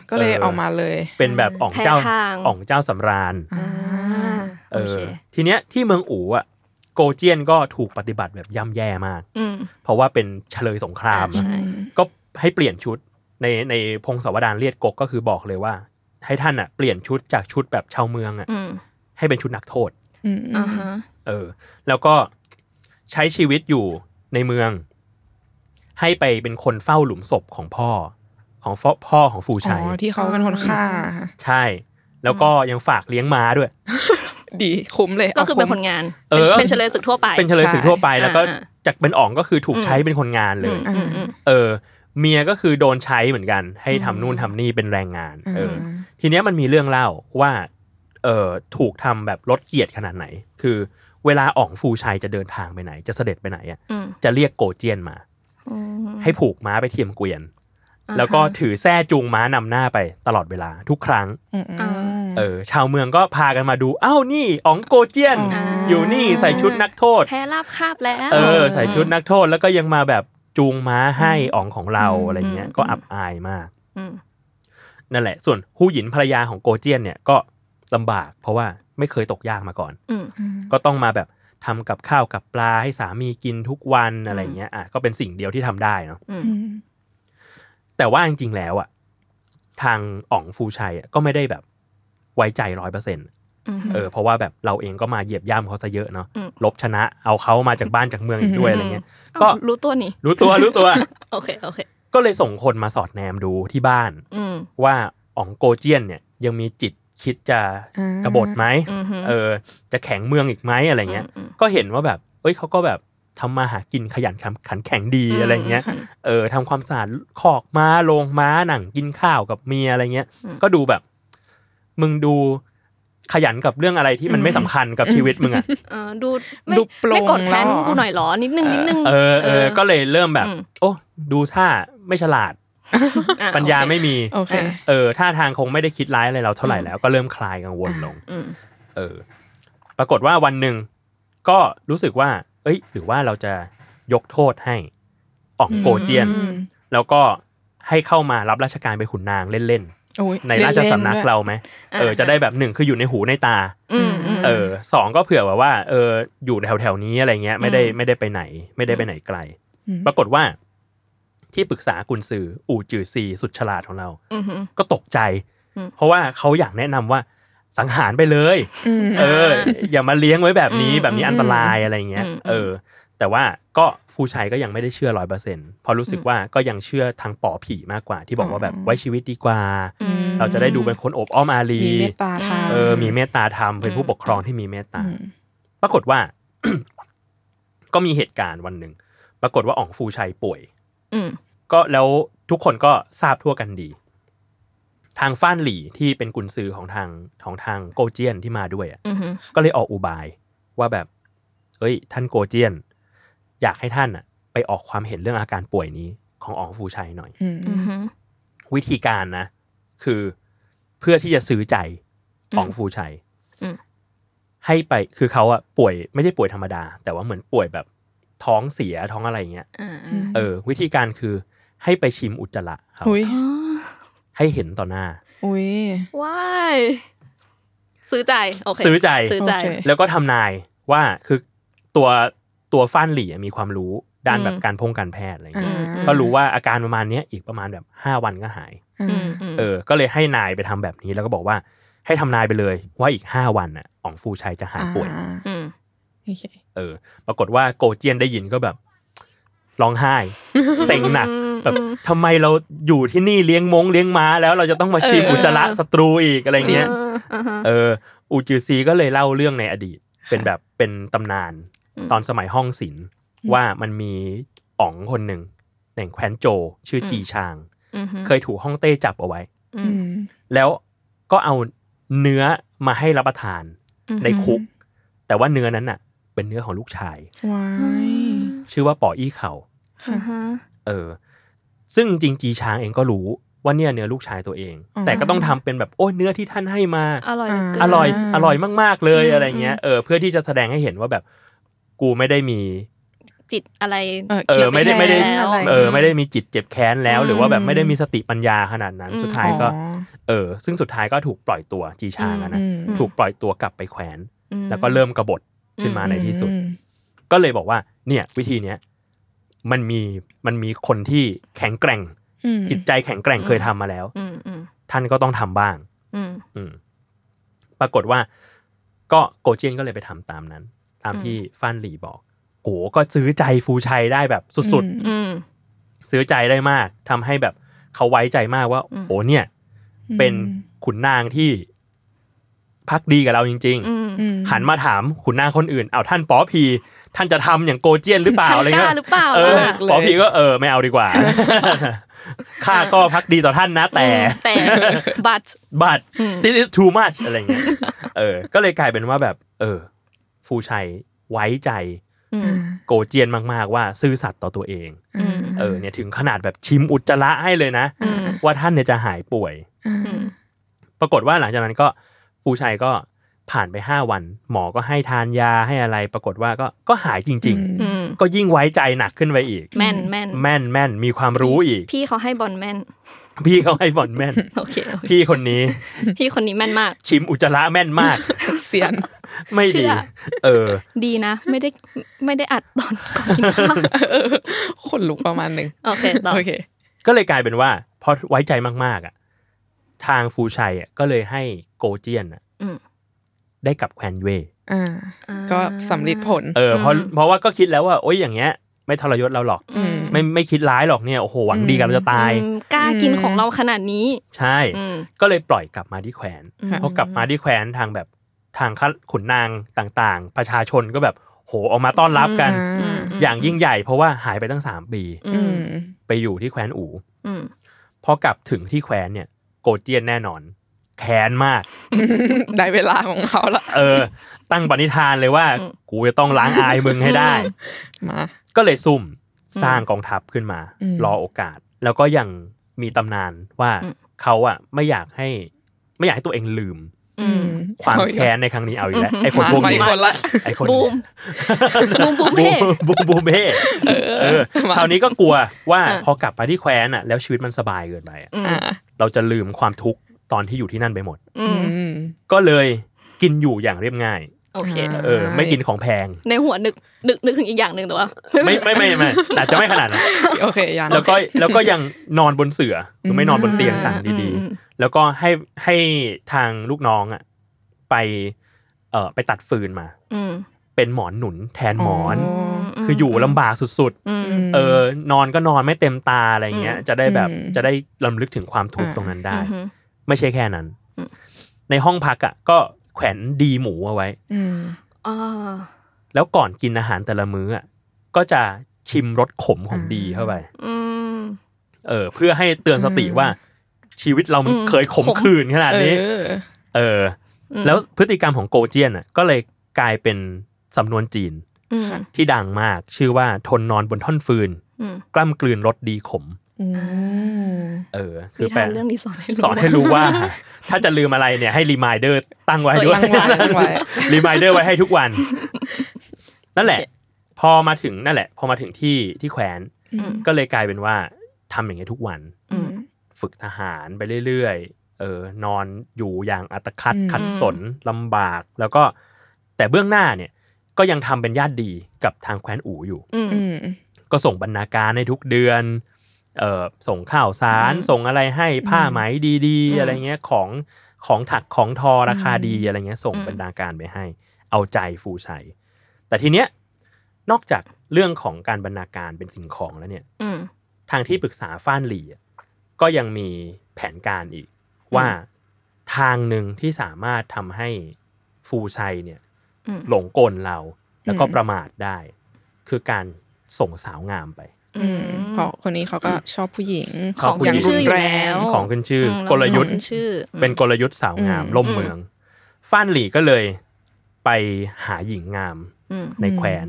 Speaker 3: ก็เลย
Speaker 2: เออ
Speaker 3: เอามาเลย
Speaker 2: เป็นแบบอ๋องเจ้า
Speaker 4: แพ้ทาง
Speaker 2: อ๋องเจ้าสำราญ
Speaker 3: อ่า
Speaker 2: เอ
Speaker 4: โอ
Speaker 2: อ
Speaker 4: เค
Speaker 2: ทีเนี้ยที่เมืองอู่อ่ะโกเจียนก็ถูกปฏิบัติแบบย่ำแย่มาก
Speaker 4: อืม
Speaker 2: เพราะว่าเป็นเฉลยสงคราม
Speaker 4: อ่าใช่
Speaker 2: อะก็ให้เปลี่ยนชุดในในพงศาวดารเลียดกกก็คือบอกเลยว่า ให้ท่านอ่ะเปลี่ยนชุดจากชุดแบบชาวเมืองอ่ะ
Speaker 4: อืม
Speaker 2: ให้เป็นชุดนักโทษ
Speaker 3: อืม
Speaker 4: อ่าฮะ
Speaker 2: เออ แล้วก็ใช้ชีวิตอยู่ในเมือง ให้ไปเป็นคนเฝ้าหลุมศพของพ่อ ของพ่อพ่อของฟู
Speaker 3: อ๋
Speaker 2: ชัย
Speaker 3: อ ที่เขาเป็นคนฆ่า
Speaker 2: ใช่ แล้วก็ยังฝากเลี้ยงม้าด้วย
Speaker 3: ดีคุ้มเลย
Speaker 4: ก็คือ
Speaker 3: อา
Speaker 4: เป็น
Speaker 3: ม
Speaker 4: คนงาน
Speaker 2: เออ
Speaker 4: เป็นเฉลยศึกทั่วไป
Speaker 2: เป็นเฉลยศึกทั่วไป แล้วก็
Speaker 4: อ่า
Speaker 2: จากเป็นอ่องก็คือถูกใช้เป็นคนงานเลย
Speaker 4: อืมอืมอืม
Speaker 2: เออเมียก็คือโดนใช้เหมือนกัน ให้ทำนู่นทำนี่เป็นแรงงานเอออ
Speaker 3: ม
Speaker 2: ทีเนี้ยมันมีเรื่องเล่าว่าเออถูกทำแบบลดเกียรติขนาดไหน คือ เวลาอ่องฟูชัยจะเดินทางไปไหน จะเสด็จไปไหนอะ
Speaker 4: อืม
Speaker 2: จะเรียกโกเจียนมา
Speaker 4: อืม
Speaker 2: ให้ผูกม้าไปเทียมเกวียน
Speaker 4: อ่า
Speaker 2: แล้วก็
Speaker 4: ฮะ
Speaker 2: ถือแส้จูงม้านำหน้าไปตลอดเวลาทุกครั้ง
Speaker 3: อืมอืม
Speaker 4: อ่า
Speaker 2: เออชาวเมืองก็พากันมาดูอ้าวนี่อ๋องโกเจียน
Speaker 4: อ่า
Speaker 2: อยู่นี่ใส่ชุดนักโทษ
Speaker 4: แพ้ราบคาบแล้ว
Speaker 2: เออใส่ชุดนักโทษแล้วก็ยังมาแบบจูงม้าให้อ๋องของเราอะไรเงี้ย
Speaker 4: อืม
Speaker 2: ก็อับอายมาก
Speaker 4: อืม
Speaker 2: นั่นแหละ ส่วนฮูหยินภรรยาของโกเจียนเนี่ยก็ลำบาก เพราะว่าไม่เคยตกยากมาก่อน
Speaker 4: อืม
Speaker 2: ก็ต้องมาแบบทำกับข้าวกับปลาให้สามีกินทุกวันอะไรเงี้ยอ่ะก็เป็นสิ่งเดียวที่ทำได้เนาะ
Speaker 4: อืม
Speaker 3: อืม
Speaker 2: แต่ว่าจริงๆแล้วอ่ะทางอ๋องฟูชัยอ่ะก็ไม่ได้แบบไว้ใจร้อยเปอร์เซ็นต์
Speaker 4: อืม
Speaker 2: เออเพราะว่าแบบเราเองก็มาเหยียบย่ำเขาซะเยอะเนาะ
Speaker 4: อืม
Speaker 2: ลบชนะเอาเขามาจากบ้านจากเมืองอีกด้วยอะไรเงี้ย ก็
Speaker 4: อ้าวรู้ตัวนี่
Speaker 2: รู้ตัวรู้ตัว
Speaker 4: โอเคโอเค
Speaker 2: ก็เลยส่งคนมาสอดแนมดูที่บ้าน
Speaker 4: อืม
Speaker 2: ว่าอ๋องโกเจียนเนี่ยยังมีจิตคิดจะ
Speaker 3: อ่าก
Speaker 2: บฏไหม
Speaker 4: อือฮึ
Speaker 2: เออ จะแข็งเมืองอีกไหมอะไรเงี้ย
Speaker 4: ม
Speaker 2: ก็เห็นว่าแบบ เอ้ยเขาก็แบบทำมาหากินขยันขันขันแข็งดี
Speaker 4: ม
Speaker 2: อะไรเงี้ย
Speaker 4: อืม
Speaker 2: เออทำความสะอาดคอกม้าโลงม้าหนังกินข้าวกับเมียอะไรเงี้ย
Speaker 4: อืม
Speaker 2: ก็ดูแบบ มึงดูขยันกับเรื่องอะไรที่มันไม่สำคัญกับชีวิตมึงอะ
Speaker 4: เออดูไม่
Speaker 3: ดูปลง
Speaker 4: ไม่กดแค้น
Speaker 3: แล้ว
Speaker 4: กูหน่อยเหรอ นิดนึงนิดนึง
Speaker 2: เออเออ ก็เลยเริ่มแบบ
Speaker 4: อืม
Speaker 2: โอ้ดูท่าไม่ฉลาด
Speaker 4: อ่ะ
Speaker 2: ปัญญา
Speaker 4: โอเค
Speaker 2: ไม่มี
Speaker 3: โอเค
Speaker 4: อ่า
Speaker 2: เออท่าทางคงไม่ได้คิดร้ายอะไรเราเท่าไหร่
Speaker 4: อืม
Speaker 2: แล้วก็เริ่มคลายกังวลลง
Speaker 4: อืม
Speaker 2: เออ ปรากฏว่าวันหนึ่งก็รู้สึกว่า เอ้ย หรือว่าเราจะยกโทษให้อ่องโกเจียน
Speaker 3: อืม
Speaker 2: แล้วก็ให้เข้ามารับราชการเป็นขุนนางเล่น
Speaker 3: โอ้ย
Speaker 2: ๆ ในราชสำนัก
Speaker 3: ล่นๆด้วย
Speaker 2: เราไหมเออ จะได้แบบหนึ่งคืออยู่ในหูในตา
Speaker 4: อืมม
Speaker 2: เออสองก็เผื่อแบบว่า เออ อยู่แถวๆนี้อะไรเงี้ย ไม่ได้
Speaker 4: อืม
Speaker 2: ไม่ได้ไปไหน ไม่ได้ไปไหนไกล
Speaker 3: อืม
Speaker 2: ปรากฏว่า ที่ปรึกษากุนซืออู่จือซีสุดฉลาดของเรา
Speaker 4: อืม
Speaker 2: ก็ตกใจ
Speaker 4: อืม
Speaker 2: เพราะว่าเขาอยากแนะนำว่าสังหารไปเลย
Speaker 3: อืม
Speaker 2: เออ อย่ามาเลี้ยงไว้แบบนี้
Speaker 4: อืม
Speaker 2: แบบนี้อันตรายอะไรเงี้ย
Speaker 4: อืม
Speaker 2: เออ แต่ว่าก็ฟูชัยก็ยังไม่ได้เชื่อร้อยเปอร์เซ็นต์พอรู้สึกว่าก็ยังเชื่อทางปอผีมากกว่า ที่บอกว่าแบบ
Speaker 3: อ๋อ
Speaker 2: ไว้ชีวิตดีกว่า
Speaker 4: อืม
Speaker 2: เราจะได้ดูเป็นคนอบอ้อมอารี
Speaker 3: มีเมตตาทา
Speaker 2: เออมีเมตตาธรรมเป็นผู้ปกครองที่มีเมตตา
Speaker 3: อืม
Speaker 2: ปรากฏว่า ก็มีเหตุการณ์วันหนึ่งปรากฏว่าอ่องฟูชัยป่วย
Speaker 4: อืม
Speaker 2: ก็แล้วทุกคนก็ทราบทั่วกันดี ทางฟ้านหลี่ที่เป็นกุนซือของทางของทางโกเจียนที่มาด้วยอะ
Speaker 4: อืม
Speaker 2: ก็เลยออกอุบายว่าแบบ เอ้ย ท่านโกเจียน อยากให้ท่านอะไปออกความเห็นเรื่องอาการป่วยนี้ของอองฟูชัยหน่อย
Speaker 3: อืม
Speaker 4: อืม
Speaker 2: วิธีการนะ คือเพื่อที่จะซื้อใจ
Speaker 4: อืม
Speaker 2: อองฟูชัย
Speaker 4: อืม
Speaker 2: ให้ไปคือเขาอะป่วยไม่ใช่ป่วยธรรมดา แต่ว่าเหมือนป่วยแบบท้องเสียท้องอะไรเงี้ย
Speaker 4: อ่า
Speaker 2: เออ วิธีการคือให้ไปชิมอุจจาระครับ
Speaker 3: อุ้ย
Speaker 2: ให้เห็นต่อหน้า
Speaker 3: อุ้ย
Speaker 4: ว้ายซื้อใจโอเค
Speaker 2: ซื้อใจ
Speaker 4: ซื้อใจ
Speaker 3: โอเค
Speaker 2: แล้วก็ทำนายว่าคือตัวตัวฟ้านหลี่อะมีความรู้ด้าน
Speaker 4: อืม
Speaker 2: แบบการพงการแพทย์อะไรอย่างเงี้ย
Speaker 3: อ่า
Speaker 2: ก็รู้ว่าอาการประมาณเนี้ยอีกประมาณแบบ 5 วันก็หาย
Speaker 3: อ่า
Speaker 4: อืมอืม
Speaker 2: เออ ก็เลยให้นายไปทำแบบนี้แล้วก็บอกว่า ให้ทำนายไปเลย ว่าอีกห้าวันอ่ะอ๋องฟูชัยจะหายป่วย
Speaker 3: อ่า
Speaker 4: อ
Speaker 3: โอเค
Speaker 2: เออ ปรากฏว่าโกเจียนได้ยินก็แบบร้อง ไห้ เซ็งหนักแบบทำไมเราอยู่ที่นี่เลี้ยงมงเลี้ยงม้าแล้วเราจะต้องมาชิมอุจจาระศัตรูอีกอะไรเงี้ย
Speaker 4: อ่าฮะ
Speaker 2: เอออูจือซีก็เลยเล่าเรื่องในอดีต เป็นแบบเป็นตำนาน
Speaker 4: อืม
Speaker 2: ตอนสมัยห้องศิลป์ว่ามันมีอ๋องคนหนึ่งในแคว้นโจวชื่ออ
Speaker 4: ม
Speaker 2: จีชาง
Speaker 4: อืม
Speaker 2: เคยถูกฮ่องเต้จับเอาไว้
Speaker 4: อื
Speaker 3: อื
Speaker 4: ม
Speaker 3: ม
Speaker 2: แล้วก็เอาเนื้อมาให้รับประทาน
Speaker 4: อืม
Speaker 2: ในคุก แต่ว่าเนื้อนั้นน่ะ เป็นเนื้อของลูกชาย
Speaker 3: ว้า
Speaker 4: อื
Speaker 3: ย
Speaker 4: ม
Speaker 2: ชื่อว่าป่ออี้เขา
Speaker 3: ค่ะ
Speaker 4: อ่าฮะ
Speaker 2: เออ ซึ่งจริงๆจีชางเองก็รู้ว่าเนี่ยเนื้อลูกชายตัวเอง
Speaker 3: อ๋อ
Speaker 2: แต่ก็ต้องทำเป็นแบบโอ้ยเนื้อที่ท่านให้มา
Speaker 4: อร่อยเหลืเกิน
Speaker 2: อร่อย
Speaker 3: อ่า
Speaker 2: อร่อยมาก ๆ เลย
Speaker 4: อืม
Speaker 2: อะไรเงี้ย
Speaker 4: อืม
Speaker 2: เออเพื่อที่จะแสดงให้เห็นว่าแบบกูไม่ได้มี
Speaker 4: จิตอะไร
Speaker 2: เออไม่ได้ไม่ได้
Speaker 3: เขียนแค้น
Speaker 2: เออ
Speaker 3: อะร
Speaker 2: ไม่ได้มีจิตเจ็บแค้นแล้ว
Speaker 4: อืม
Speaker 2: หรือว่าแบบไม่ได้มีสติปัญญาขนาดนั้น
Speaker 4: อืม
Speaker 2: สุดท้ายก็
Speaker 3: อ๋อ
Speaker 2: เออ ซึ่งสุดท้ายก็ถูกปล่อยตัวจีชางอะนะ
Speaker 3: อืม
Speaker 2: ถูกปล่อยตัวกลับไปแขวน
Speaker 4: อืม
Speaker 2: แล้วก็เริ่มกบฏขึ้นมา
Speaker 4: อืม
Speaker 2: ในที่สุด ก็เลยบอกว่าเนี่ยวิธีเนี้ยมันมีมันมีคนที่แข็งแกร่ง
Speaker 3: อืม
Speaker 2: จิตใจแข็งแกร่งเคยทำมาแล้ว
Speaker 4: อืมอืม
Speaker 2: ท่านก็ต้องทำบ้าง
Speaker 4: อืม
Speaker 2: อืมปรากฏว่า ก็โกเจียนก็เลยไปทำตามนั้น ตาม
Speaker 4: อืม
Speaker 2: ที่ฟันหลีบอก โกก็ซื้อใจฟูชัยได้แบบสุด
Speaker 4: อืม
Speaker 2: ๆ ซื้อใจได้มากทำให้แบบเขาไว้ใจมากว่า
Speaker 4: อืม
Speaker 2: โอ้เนี่ย
Speaker 3: อืม
Speaker 2: เป็นขุนนางที่พักดีกับเราจริง
Speaker 4: อืม
Speaker 3: อืม
Speaker 2: ๆ หันมาถามขุนนางคนอื่นเอาท่านป๋อพี ท่านจะทำอย่างโกเจียนหรือเปล่าอะไร
Speaker 4: กล้า
Speaker 2: เงี้ย
Speaker 4: หรือเปล่า
Speaker 2: เออ
Speaker 4: ล่ะ
Speaker 2: ป๋อพีก็เออไม่เอาดีกว่า ข้าก็พักดีต่อท่านนะแต่
Speaker 4: อืมแต่ but
Speaker 2: บัต
Speaker 4: อืม
Speaker 2: this is too much อะไรเงี้ย เออ ก็เลยกลายเป็นว่าแบบ เออ ฟูชัยไว้ใจ
Speaker 4: อื
Speaker 3: อ่าม
Speaker 2: โกเจียนมาก ๆ ว่าซื่อสัตย์ต่อตัวเอง
Speaker 3: อ่า
Speaker 2: เออ เนี่ยถึงขนาดแบบชิมอุจจาระให้เลยนะ
Speaker 4: อืม
Speaker 2: ว่าท่านเนี่ยจะหายป่วย
Speaker 3: อ่า
Speaker 4: อืม
Speaker 2: ปรากฏว่าหลังจากนั้นก็ฟูชัยก็ผ่านไป 5 วัน หมอก็ให้ทานยาให้อะไร ปรากฏว่าก็ก็หายจริง
Speaker 4: อืม
Speaker 2: ๆ ก็ยิ่งไว้ใจหนักขึ้นไปอีก
Speaker 4: แม่นแม่น
Speaker 2: แม่นแม่นมีความรู้อีก
Speaker 4: พี่เขาให้บอลแม่น
Speaker 2: พี่เขาให้บอลแม่น
Speaker 4: โอเคโอเค
Speaker 2: พี่คนนี้
Speaker 4: พี่คนนี้แม่นมาก
Speaker 2: ชิมอุจจาระแม่นมาก
Speaker 3: เสียน
Speaker 2: ไม่
Speaker 4: เชื่
Speaker 2: ดี
Speaker 4: อ
Speaker 2: เออ
Speaker 4: ดีนะ ไม่ได้ไม่ได้อัดตอนก่อนกิน ข้าว
Speaker 3: คนลุกประมาณหนึ่ง
Speaker 4: โอเคต่อ
Speaker 3: โอเค
Speaker 2: ก็เลยกลายเป็นว่าพอไว้ใจมาก ๆอ่ะทางฟูชัยอ่ะก็เลยให้โกเจียนอ่ะ
Speaker 4: อืม
Speaker 2: ได้กลับแควนเวย
Speaker 3: อ่า
Speaker 4: อ่า
Speaker 3: ก็สำลิดผล
Speaker 2: เออเพราะ
Speaker 4: อืม
Speaker 2: เพราะว่าก็คิดแล้วว่าโอ๊ยอย่างเงี้ย ไม่ทรยศเราหรอก
Speaker 3: อืม
Speaker 2: ไม่ไม่คิดร้ายหรอกเนี่ยโอ้โหหวังดีกับเราจะตาย
Speaker 4: อืมกล้ากินของเราขนาดนี้
Speaker 2: ใช่
Speaker 4: อืม
Speaker 2: ก็เลยปล่อยกลับมาที่แควน
Speaker 3: ค่ะ
Speaker 2: พอกลับมาที่แควนทางแบบทางข้าขุนนางต่างๆ ประชาชนก็แบบโหออกมาต้อนรับกัน
Speaker 3: อ่า
Speaker 4: อืม
Speaker 2: อย่างยิ่งใหญ่เพราะว่าหายไปตั้งสามปี
Speaker 4: อื
Speaker 3: อื
Speaker 4: ม
Speaker 3: ม
Speaker 2: ไปอยู่ที่แควนอู่
Speaker 4: อืม
Speaker 2: พอกลับถึงที่แควนเนี่ยโกเจียนแน่นอน แค้นมาก
Speaker 3: ได้เวลาของเขาละ
Speaker 2: เออ ตั้งปณิธานเลยว่า กูจะต้องล้างอายมึงให้ได้
Speaker 3: มา
Speaker 2: ก็เลยซุ่มสร้างกองทัพขึ้นมา
Speaker 3: อืม
Speaker 2: รอโอกาส แล้วก็ยังมีตำนานว่าเขาอะไม่อยากให้ ไม่อยากให้ตัวเองลืม
Speaker 4: อืม
Speaker 2: ความ
Speaker 3: เออีก
Speaker 2: แค้นในครั้งนี้เอาอีกแล้วไอ้คน
Speaker 3: มา
Speaker 2: พวก
Speaker 3: มาอี
Speaker 2: นี้
Speaker 3: กคนละ
Speaker 2: ไอ้คน
Speaker 4: บูมบูมบูมเพ่
Speaker 2: บูมบูมเพ่เออ
Speaker 3: มา
Speaker 2: คราวนี้ก็กลัวว่า
Speaker 4: อ่ะ
Speaker 2: พอกลับมาที่แคว้นอะแล้วชีวิตมันสบายเกินไปอะ
Speaker 4: อืม
Speaker 3: อ่า
Speaker 2: เราจะลืมความทุกข์ตอนที่อยู่ที่นั่นไปหมด
Speaker 4: อืม
Speaker 3: อืม
Speaker 2: ก็เลยกินอยู่อย่างเรียบง่าย
Speaker 4: โอเค
Speaker 3: อ่า
Speaker 2: เออ ไม่กินของแพง
Speaker 4: ในหัวนึกนึกนึกถึงอีกอย่างหนึ่งแต่ว่าไม่
Speaker 2: ไม่
Speaker 4: เป็นไร
Speaker 2: ไม่ไม่ไม่อาจจะไม่ขนาดนั้น
Speaker 3: โอเคยัน
Speaker 2: แล้วก็แล้วก็ยังนอนบนเสื่อหรือไม่นอนบนเตียงต่างดี
Speaker 4: อืม
Speaker 2: ๆ แล้วก็ให้ให้ทางลูกน้องอ่ะไปเอ่อไปตัดฟืนมา
Speaker 4: อืม
Speaker 2: เป็นหมอนหนุนแทนหมอน
Speaker 3: อ๋อ
Speaker 4: ม
Speaker 2: คืออยู่ลำบากสุด
Speaker 4: อืม
Speaker 3: ม
Speaker 2: ๆ เออนอนก็นอนไม่เต็มตาอะไรเงี้ย
Speaker 4: อืม
Speaker 2: จะได้แบบ
Speaker 3: อืม
Speaker 2: จะได้ลำลึกถึงความทุกข์ตรงนั้นได้
Speaker 4: อืม
Speaker 2: ไม่ใช่แค่นั้น
Speaker 4: อืม
Speaker 2: ในห้องพักอ่ะก็แขวนดีหมูเอาไว้
Speaker 3: อืม
Speaker 4: อ่า
Speaker 2: แล้วก่อนกินอาหารแต่ละมื้ออ่ะก็จะชิมรสขมของดีเข้าไป
Speaker 4: อืม
Speaker 2: เออเพื่อให้เตือนสติว่าชีวิตเรามัน
Speaker 4: อืม
Speaker 2: เคยขมขื่นขนาดนี้
Speaker 3: เออ
Speaker 2: เออ
Speaker 4: อืม
Speaker 2: แล้วพฤติกรรมของโกเจียนอ่ะก็เลยกลายเป็นสำนวนจีน
Speaker 4: อืม
Speaker 2: ที่ดังมาก ชื่อว่าทนนอนบนท่อนฟืน
Speaker 4: อืม
Speaker 2: กล้ำกลืนรสดีขม
Speaker 3: อืม
Speaker 2: เออ คื
Speaker 4: นิ
Speaker 2: อแปล
Speaker 4: ทานเรื่องนี้สอนให้รู้
Speaker 2: สอนให้รู้ว่า ถ้าจะลืมอะไรเนี่ยให้รีมายเดอร์ตั้งไว้ด้วย
Speaker 3: ตั้งไว้ตั้งไว้
Speaker 2: รีมายเดอร์ไว้ให้ทุกวัน นั่นแหละ พอมาถึงนั่นแหละ พอมาถึงที่ที่แขวน
Speaker 4: อืม
Speaker 2: ก็เลยกลายเป็นว่าทำอย่างนี้ยทุกวัน
Speaker 4: อืม
Speaker 2: ฝึกทหารไปเรื่อยๆ เออนอนอยู่อย่างอัตคัด
Speaker 3: อืม
Speaker 2: ขัดสนลำบาก แล้วก็แต่เบื้องหน้าเนี่ยก็ยังทำเป็นญาติดีกับทางแคว้นอู่อยู่
Speaker 4: อืม
Speaker 3: อืม
Speaker 2: ก็ส่งบรรณาการในทุกเดือน เอ่อส่งข้าวสาร
Speaker 3: อืม
Speaker 2: ส่งอะไรให้ผ้าไหมดี
Speaker 3: อื
Speaker 2: ๆ
Speaker 3: ม
Speaker 2: อะไรเงี้ยของของถักของทอราคาดี
Speaker 3: อืม
Speaker 2: อะไรเงี้ยส่ง
Speaker 4: อืม
Speaker 2: บรรณาการไปให้ เอาใจฟูชัย แต่ทีเนี้ยนอกจากเรื่องของการบรรณาการเป็นสิ่งของแล้วเนี่ย
Speaker 4: อืม
Speaker 2: ทางที่ปรึกษาฟ้านหลีอะก็ยังมีแผนการอีก ว่าทางหนึ่งที่สามารถทำให้ฟูชัยเนี่ย
Speaker 4: อืม
Speaker 2: หลงกลเราแล้วก็
Speaker 3: อืม
Speaker 2: ประมาทได้ คือการส่งสาวงามไป
Speaker 3: อืมเพราะคนนี้เขาก็ชอบผู้หญิง
Speaker 4: ของ
Speaker 2: ผู้หญิ
Speaker 4: ขึ้น
Speaker 2: ง
Speaker 4: ชื่ออยู่
Speaker 3: แร
Speaker 4: แล้
Speaker 3: ง
Speaker 4: ว
Speaker 2: ของขึ้นชื่ออ
Speaker 4: ม
Speaker 2: กลยุทธ์
Speaker 4: ของขึ้นชื่ออืม
Speaker 2: เป็นกลยุทธ์สาวงาม
Speaker 3: อืม
Speaker 2: ล่มเมือง ฟ้านหลีก็เลยไปหาหญิงงาม
Speaker 4: อืม
Speaker 2: ในแคว้น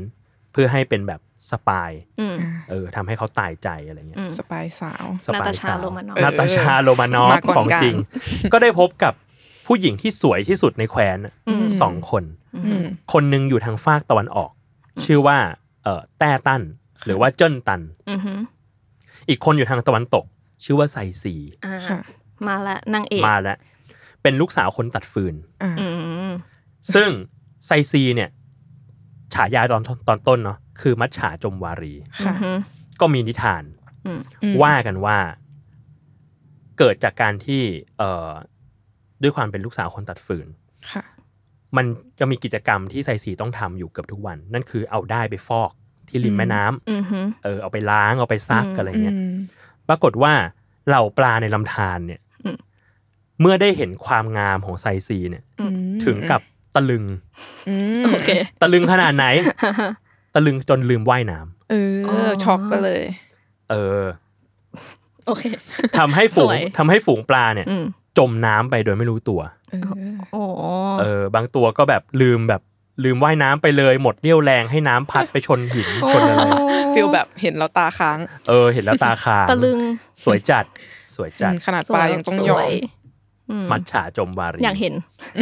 Speaker 2: เพื่อให้เป็นแบบสปาย
Speaker 4: อืม
Speaker 2: เออทำให้เขาตายใจอะไรเงี้ย
Speaker 4: อืม
Speaker 3: สปายสาว
Speaker 2: สปยส
Speaker 4: นาตาว ชาโรมานอฟ
Speaker 2: นาตาชาโรมานอฟ
Speaker 3: มาก่อน
Speaker 2: ของจริง ก็ได้พบกับผู้หญิงที่สวยที่สุดในแคว้น
Speaker 4: อืม
Speaker 2: สองคน
Speaker 3: อืม
Speaker 2: คนหนึ่งอยู่ทางฝากตะวันออก ชื่อว่าเอ่อแต้ตัน หรือว่าเจิ้นตัน
Speaker 4: อือหือ
Speaker 2: อีกคนอยู่ทางตะวันตก ชื่อว่าไซซี
Speaker 4: อ่า
Speaker 3: ค่ะ
Speaker 4: มาละนางเอก
Speaker 2: มาแล้ว เป็นลูกสาวคนตัดฟืน
Speaker 3: อ่า
Speaker 4: อืม
Speaker 2: ซึ่งไซซีเนี่ยฉายาตอนตอนต้นเนาะคือมัจฉาจมวารี
Speaker 3: ค่ะ
Speaker 4: อืม
Speaker 2: ก็มีนิทาน
Speaker 3: อืม
Speaker 2: ว่ากันว่าเกิดจากการที่เอ่อด้วยความเป็นลูกสาวคนตัดฟืน
Speaker 3: ค่ะ
Speaker 2: มันจะมีกิจกรรมที่ไซสีต้องทำอยู่เกือบทุกวัน นั่นคือเอาได้ายไปฟอกที่ริม
Speaker 3: อืม
Speaker 2: แม่น้ำ
Speaker 4: อือหือ
Speaker 2: เออเอาไปล้างเอาไปซัก
Speaker 4: อืม
Speaker 2: อะไร
Speaker 3: อื
Speaker 2: เงี้ย
Speaker 3: ม
Speaker 2: ปรากฏว่าเหล่าปลาในลำธารเนี่ย
Speaker 4: อืม
Speaker 2: เมื่อได้เห็นความงามของไซซีเนี่ย
Speaker 4: อืม
Speaker 2: ถึงกับตะลึง
Speaker 3: อืม
Speaker 4: โอเค
Speaker 2: ตะลึงขนาดไหน ตะลึงจนลืมว่ายน้ำ
Speaker 3: เอ
Speaker 4: อ๋
Speaker 3: อ
Speaker 4: อ
Speaker 3: ช็อกไปเลย
Speaker 2: เออ
Speaker 4: โอเค
Speaker 2: ทำให้ฝู
Speaker 4: ส
Speaker 2: ง
Speaker 4: วย
Speaker 2: ทำให้ฝูงปลาเนี่ย
Speaker 4: อืม
Speaker 2: จมน้ำไปโดยไม่รู้ตัว
Speaker 3: เออ
Speaker 4: โอ้
Speaker 2: เออบางตัวก็แบบลืมแบบลืมว่ายน้ำไปเลย หมดเรี่ยวแรงให้น้ำพัดไปชนหินชนอะไร
Speaker 3: ฟิลแบบเห็นแล้วตาค้าง
Speaker 2: เออ เห็นแล้วตาค้าง
Speaker 4: ตะลึง
Speaker 2: สวยจัดสวยจัด
Speaker 3: ขนาดปลายังต้องยอม
Speaker 4: สวอืม
Speaker 2: มัดฉาจมวารี
Speaker 4: อยากเห็น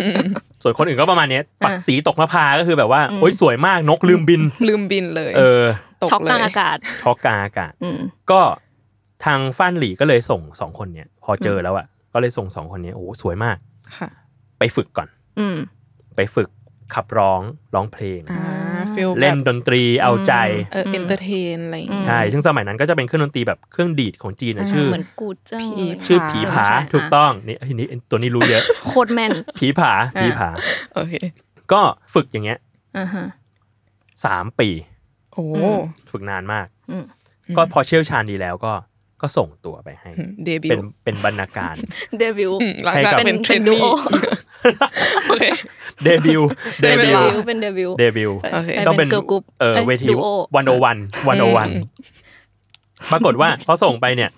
Speaker 2: ส่วนคนอื่นก็ประมาณเนี้ย
Speaker 4: อ่ะ
Speaker 2: ปักสีตกหน้าผาก็คือแบบว่า
Speaker 4: อืม
Speaker 2: โอ๊ยสวยมากนกลืมบิน
Speaker 3: ลืมบินเลย
Speaker 2: เออ
Speaker 3: ตก
Speaker 4: ช็อก
Speaker 3: เล
Speaker 4: กลาง
Speaker 3: ย
Speaker 4: อากาศ
Speaker 2: ช็อกกลางอากาศ
Speaker 4: อืม
Speaker 2: ก็ทางฟ้านหลีก็เลยส่งสองคนเนี้ยพอเจอแล้วอ่ะก็เลยส่งสองคนเนี้ยโอ้โหสวยมาก
Speaker 3: ค่ะ
Speaker 2: ไปฝึกก่อน
Speaker 4: อืม
Speaker 2: ไปฝึกขับร้องร้องเพลง
Speaker 3: อ่าฟิลแบ
Speaker 2: เล่น
Speaker 3: บ
Speaker 2: ดนตรีเอาใจ
Speaker 3: เออเอนเตอร์เทนอะไรอย่างเงี้ย
Speaker 2: ใช่ ซึ่งสมัยนั้นก็จะเป็นเครื่องดนตรีแบบเครื่องดีดของจีนนะ
Speaker 3: อ่า
Speaker 2: ชื่อ
Speaker 4: เหมือนกูเจ้า
Speaker 3: ผี
Speaker 2: ชื่อ
Speaker 3: ผา
Speaker 2: ผีผา
Speaker 4: ใช่
Speaker 2: ถูกต้องนี่เอ้ยนี่ตัวนี้รู้เยอะ
Speaker 4: โคตรแม่น
Speaker 2: ผีผาผีผา
Speaker 3: โอเค
Speaker 2: ก็ฝึกอย่างเงี้ย
Speaker 4: อ่าฮะ
Speaker 2: สามปี
Speaker 3: โอ้
Speaker 4: อืม
Speaker 2: ฝึกนานมาก
Speaker 4: อืม
Speaker 3: อืม
Speaker 2: ก็พอเชี่ยวชาญดีแล้วก็ก็ส่งตัวไปให้
Speaker 3: เดบิ
Speaker 2: เป็
Speaker 3: วน ต์
Speaker 2: เป็นบรรณาการ
Speaker 4: เดบิวต์
Speaker 3: อืมหลังจาก
Speaker 2: ให้กับ
Speaker 3: เป็นเทร
Speaker 4: เป็น
Speaker 3: น
Speaker 4: ดู
Speaker 3: นี่
Speaker 4: โอ
Speaker 3: โอเค
Speaker 2: เดบิวต์เด
Speaker 3: ไม่
Speaker 2: บิ
Speaker 3: น
Speaker 2: ว
Speaker 3: ไร
Speaker 2: ต์
Speaker 4: เป็นเดบิวต์
Speaker 2: เดบิวต์
Speaker 3: โอเค
Speaker 2: ต้องเป็น
Speaker 4: เกิร์ลกรุ๊ป
Speaker 2: เออเวที
Speaker 4: ดูโอ
Speaker 2: วันโอ วันวันโอวันปรากฏว่าพอส่งไปเนี่ย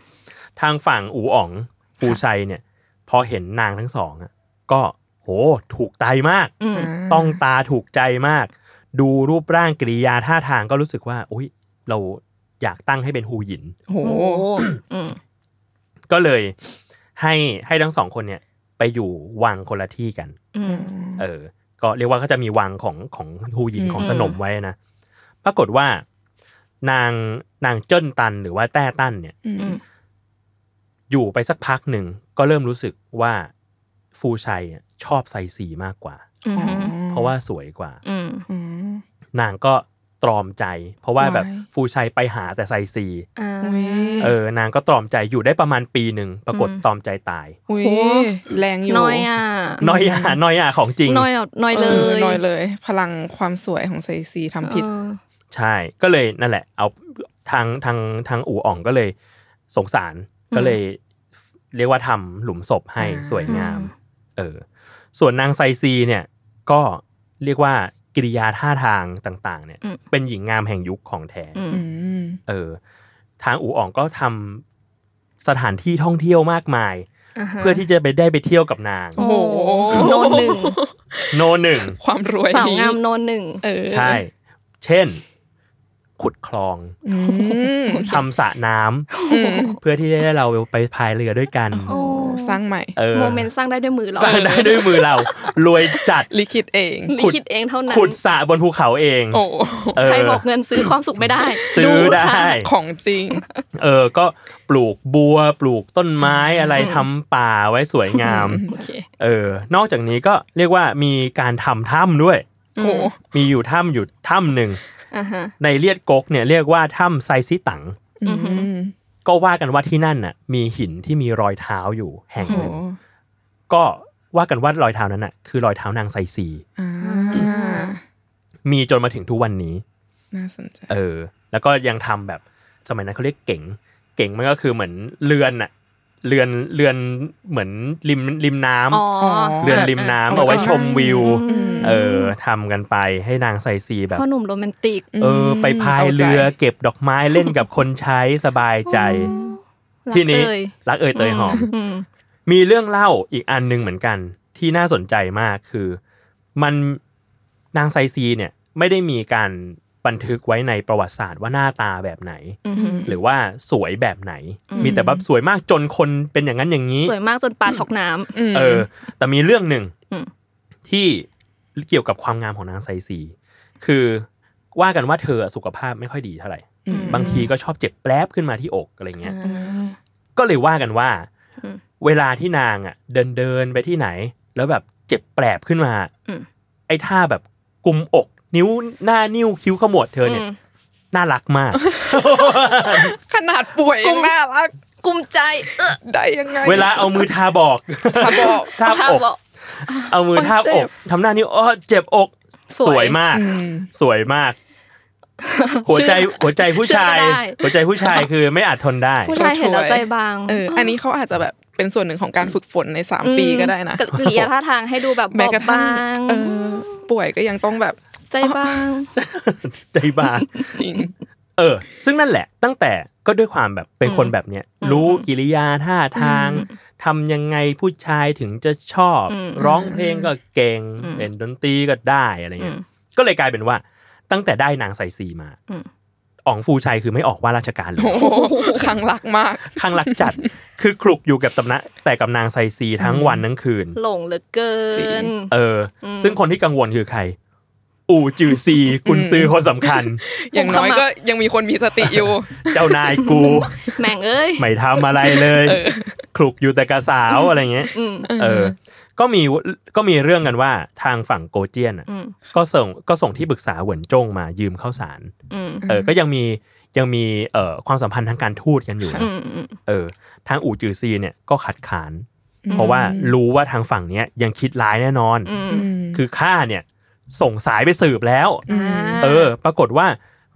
Speaker 2: ทางฝั่งอูอ๋องฟูชัยเนี่ย พอเห็นนางทั้งสองอะก็โหถูกใจมาก
Speaker 4: อืม
Speaker 2: ต้องตาถูกใจมาก ดูรูปร่างกิริยาท่าทางก็รู้สึกว่าอุ้ยเราอยากตั้งให้เป็นฮูหยิน
Speaker 3: โอ้โห
Speaker 4: โอ้อืม
Speaker 2: ก็เลยให้ให้ทั้งสองคนเนี่ยไปอยู่วังคนละที่กัน
Speaker 4: อืม
Speaker 2: เออ ก็เรียกว่าก็จะมีวังของของฮูหยิน
Speaker 3: อืม
Speaker 2: ของสนมไว้นะ ปรากฏว่า นางนางเจิ้นตันหรือว่าแต้ตันเนี่ย
Speaker 3: อืม
Speaker 2: อยู่ไปสักพักหนึ่งก็เริ่มรู้สึกว่าฟูชัยอะชอบไซซีมากกว่า
Speaker 4: อืม
Speaker 2: เพราะว่าสวยกว่า
Speaker 4: อืม
Speaker 3: อืม
Speaker 2: นางก็ตรอมใจ เพราะว่าแบบ
Speaker 3: Why?
Speaker 2: ฟูชัยไปหาแต่ไซซี
Speaker 4: อ่า
Speaker 3: อุ๊ย
Speaker 2: เออนางก็ตรอมใจอยู่ได้ประมาณปีหนึ่งปรากฏ
Speaker 4: อืม
Speaker 2: ตรอมใจตาย
Speaker 3: อุ้ย
Speaker 4: โอ้
Speaker 3: แรงอยู่
Speaker 4: น้อยอ่ะ
Speaker 2: น้อยอ่ะน้อยอ่ะของจริง
Speaker 4: น้อยแบบน้อยเล
Speaker 3: อย น้อยเลย พลังความสวยของไซซีทำผิด
Speaker 4: เออ
Speaker 2: ใช่ ก็เลยนั่นแหละ เอาทางทางทางอู่อ่องก็เลยสงสารก็เลย เรียกว่าทำหลุมศพให้
Speaker 3: อ่า
Speaker 2: สวยงาม เออ ส่วนนางไซซีเนี่ยก็เรียกว่ากิริยาท่าทางต่างๆ เนี่ย เป็นหญิงงามแห่งยุคของแท้
Speaker 4: อืม
Speaker 3: อืม
Speaker 2: เออ ทางอู่อ่องก็ทำสถานที่ท่องเที่ยวมากมาย
Speaker 4: าฮะ
Speaker 2: เพื่อที่จะไปได้ไปเที่ยวกับนาง
Speaker 4: โอ้โห
Speaker 3: โอ้โห
Speaker 4: โนนหนึ่ง
Speaker 2: โนหนึ่ง
Speaker 3: ความรวย
Speaker 4: สาว
Speaker 3: นี้
Speaker 4: งามโนนหนึ่ง
Speaker 3: เออ
Speaker 2: ใช่ เช่น ขุดคลอง
Speaker 3: อืม
Speaker 2: ทำสระน้ำ
Speaker 3: อืม
Speaker 2: เพื่อที่จะได้เราไปพายเรือด้วยกัน
Speaker 4: โอ้
Speaker 3: สร้างใหม่
Speaker 2: เออ
Speaker 4: โมเมนต์สร้างได้ด้วยมือเรา
Speaker 2: สร้างได้ด้วยมือเรา รวย จัด
Speaker 3: ลิขิตเอง
Speaker 4: ลิขิตเองเท่านั้น
Speaker 2: ขุดสระบนภูเขาเอง
Speaker 3: โอ้
Speaker 2: เออ
Speaker 4: ใครบอกเงินซื้อความสุขไม่ได้
Speaker 2: ซื้อได้
Speaker 3: ของจริง
Speaker 2: เออ ก็ปลูกบัวปลูกต้นไม้อะไรทำป่าไว้สวยงาม
Speaker 4: โอเค
Speaker 2: เออ นอกจากนี้ก็เรียกว่ามีการทำถ้ำด้วย
Speaker 3: โอ้
Speaker 2: มีอยู่ถ้ำอยู่ถ้ำหนึ่ง
Speaker 4: อ่าฮะ
Speaker 2: ในเลียดกกเนี่ยเรียกว่าถ้ำไซซิตัง
Speaker 3: อืม
Speaker 2: ก็ว่ากันว่าที่นั่นน่ะ มีหินที่มีรอยเท้าอยู่แห่ง
Speaker 3: โห
Speaker 2: หนึ่งก็ว่ากันว่ารอยเท้านั้นน่ะคือรอยเท้านางไซซี
Speaker 3: อ่า
Speaker 2: มีจนมาถึงทุกวันนี้
Speaker 3: น่าสนใจ
Speaker 2: เออ แล้วก็ยังทำแบบสมัยนั้นเขาเรียกเก๋ง เก๋งมันก็คือเหมือนเรือนน่ะเรือนเรือนเหมือนริมริมน้ำ
Speaker 4: อ๋อ
Speaker 2: เรือนริมน้ำ
Speaker 3: เอาไว้
Speaker 2: เอาไว้ชมวิว
Speaker 3: อืม
Speaker 2: เออทำกันไปให้นางไซซีแบบ
Speaker 4: พ่อหนุ่มโรแมนติก
Speaker 3: ม
Speaker 2: เออ ไปพายเรือ
Speaker 3: ข้าใจ
Speaker 2: เก็บดอกไม้เล่นกับคนใช้สบายใจ
Speaker 4: รัก
Speaker 2: ทีนี้
Speaker 4: เอ่ย
Speaker 2: รักเอ่ยเตยหอม
Speaker 4: อืม
Speaker 2: มีเรื่องเล่าอีกอันหนึ่งเหมือนกัน ที่น่าสนใจมากคือ มันนางไซซีเนี่ยไม่ได้มีการบันทึกไว้ในประวัติศาสตร์ว่าหน้าตาแบบไหน
Speaker 4: อืม
Speaker 2: หรือว่าสวยแบบไหน
Speaker 4: อืม
Speaker 2: มีแต่แบบสวยมากจนคนเป็นอย่างนั้นอย่างนี้
Speaker 4: สวยมากจนปลาช็อกน้ำ
Speaker 3: ม
Speaker 2: เออ แต่มีเรื่องหนึ่ง
Speaker 4: อืม
Speaker 2: ที่เกี่ยวกับความงามของนางไซซี คือว่ากันว่าเธอสุขภาพไม่ค่อยดีเท่าไหร่
Speaker 3: อืม
Speaker 2: บางทีก็ชอบเจ็บแปลบขึ้นมาที่อกอะไรเงี้ย
Speaker 3: อ่า
Speaker 2: ก็เลยว่ากันว่า
Speaker 4: อืม
Speaker 2: เวลาที่นางอ่ะ เดินเดินๆไปที่ไหน แล้วแบบเจ็บแปลบขึ้นมา
Speaker 4: อืม
Speaker 2: ไอ้ท่าแบบกุมอก นิ้วหน้านิ้วคิ้วขมวดเธอเนี่ย
Speaker 4: อืม
Speaker 2: น่ารักมาก
Speaker 3: ขนาดป่วยยังน่ารัก
Speaker 4: กุมใจเออ
Speaker 3: ได้ยังไง
Speaker 2: เวลาเอามือทาบอก
Speaker 3: ทาบอก
Speaker 2: ทาบอก
Speaker 4: บอก
Speaker 2: เอามือทาบ
Speaker 3: โอ๊
Speaker 2: อย
Speaker 3: เจ็
Speaker 2: ก
Speaker 3: บ
Speaker 2: ทำหน้านิ้วอ้อเจ็บอก
Speaker 4: สวย
Speaker 2: สวยมาก
Speaker 3: อืม
Speaker 2: สวยมาก หัวใจ
Speaker 4: เชื่อ
Speaker 2: หัวใจผู้ชาย
Speaker 4: เชื่อได้
Speaker 2: หัวใจผู้ชายคือไม่อาจทนได้
Speaker 4: ผู้ชายเห็นแล้ว
Speaker 3: สวย
Speaker 4: ใจบาง
Speaker 3: เอออันนี้เขาอาจจะแบบเป็นส่วนหนึ่งของการฝึกฝนในสามปีก็ได้นะ
Speaker 4: เกลียท่าทางให้ดูแบบบ
Speaker 3: แม้
Speaker 4: อก
Speaker 3: กระทั่ง
Speaker 4: บาง
Speaker 3: เออป่วยก็ยังต้องแบบ
Speaker 4: ใจบาง
Speaker 2: ใจบาง
Speaker 3: จริง
Speaker 2: เออ ซึ่งนั่นแหละ ตั้งแต่ก็ด้วยความแบบเป็นคนแบบเนี้ย
Speaker 4: อืม
Speaker 2: รู้กิริยาท่าทางทำยังไงผู้ชายถึงจะชอบ
Speaker 4: อืม
Speaker 2: ร้องเพลงก็เก่ง
Speaker 4: อืม
Speaker 2: เล่นดนตรีก็ได้อะไร
Speaker 4: อื
Speaker 2: เงี้
Speaker 4: ม
Speaker 2: ย ก็เลยกลายเป็นว่า ตั้งแต่ได้นางไซซีมา
Speaker 4: อืม
Speaker 2: อ๋องฟูชัยคือไม่ออกว่าราชการเลย
Speaker 3: โอ้โหครั้งรักมาก
Speaker 2: ข้างรักจัด คือคลุกอยู่กับตำนะแต่กับนางไซซีทั้งวันทั้งคืน
Speaker 4: หลงเหลือเกิ
Speaker 3: จริง
Speaker 4: น
Speaker 2: เอออ
Speaker 4: ม
Speaker 2: ซึ่งคนที่กังวลคือใคร อู่จือซีกุนซือคนสำคัญ
Speaker 3: อย่างน้อยก็ยังมีคนมีสติอยู่
Speaker 2: เจ้านายกู
Speaker 4: แม่งเอ้ย
Speaker 2: ไม่ทำอะไรเลยคลุกอยู่แต่กับสาวอะไรเงี้ย
Speaker 4: อืม
Speaker 2: เออ ก็มีก็มีเรื่องกันว่าทางฝั่งโกเจียนอะ
Speaker 4: อืม
Speaker 2: ก็ส่งก็ส่งที่ปรึกษาเหวินจงมายืมข้าวสาร
Speaker 4: อืม
Speaker 2: เออ ก็ยังมียังมีเอ่อความสัมพันธ์ทางการทูตกันอยู่นะ
Speaker 4: อืมอืม
Speaker 2: เออ ทางอู่จือซีเนี่ยก็ขัดขาน
Speaker 3: อืม
Speaker 2: เพราะว่ารู้ว่าทางฝั่งเนี้ยยังคิดร้ายแน่นอน
Speaker 4: อืม
Speaker 3: ม
Speaker 2: คือข้าเนี่ยส่งสายไปสืบแล้ว
Speaker 3: อืม
Speaker 2: เออ ปรากฏว่า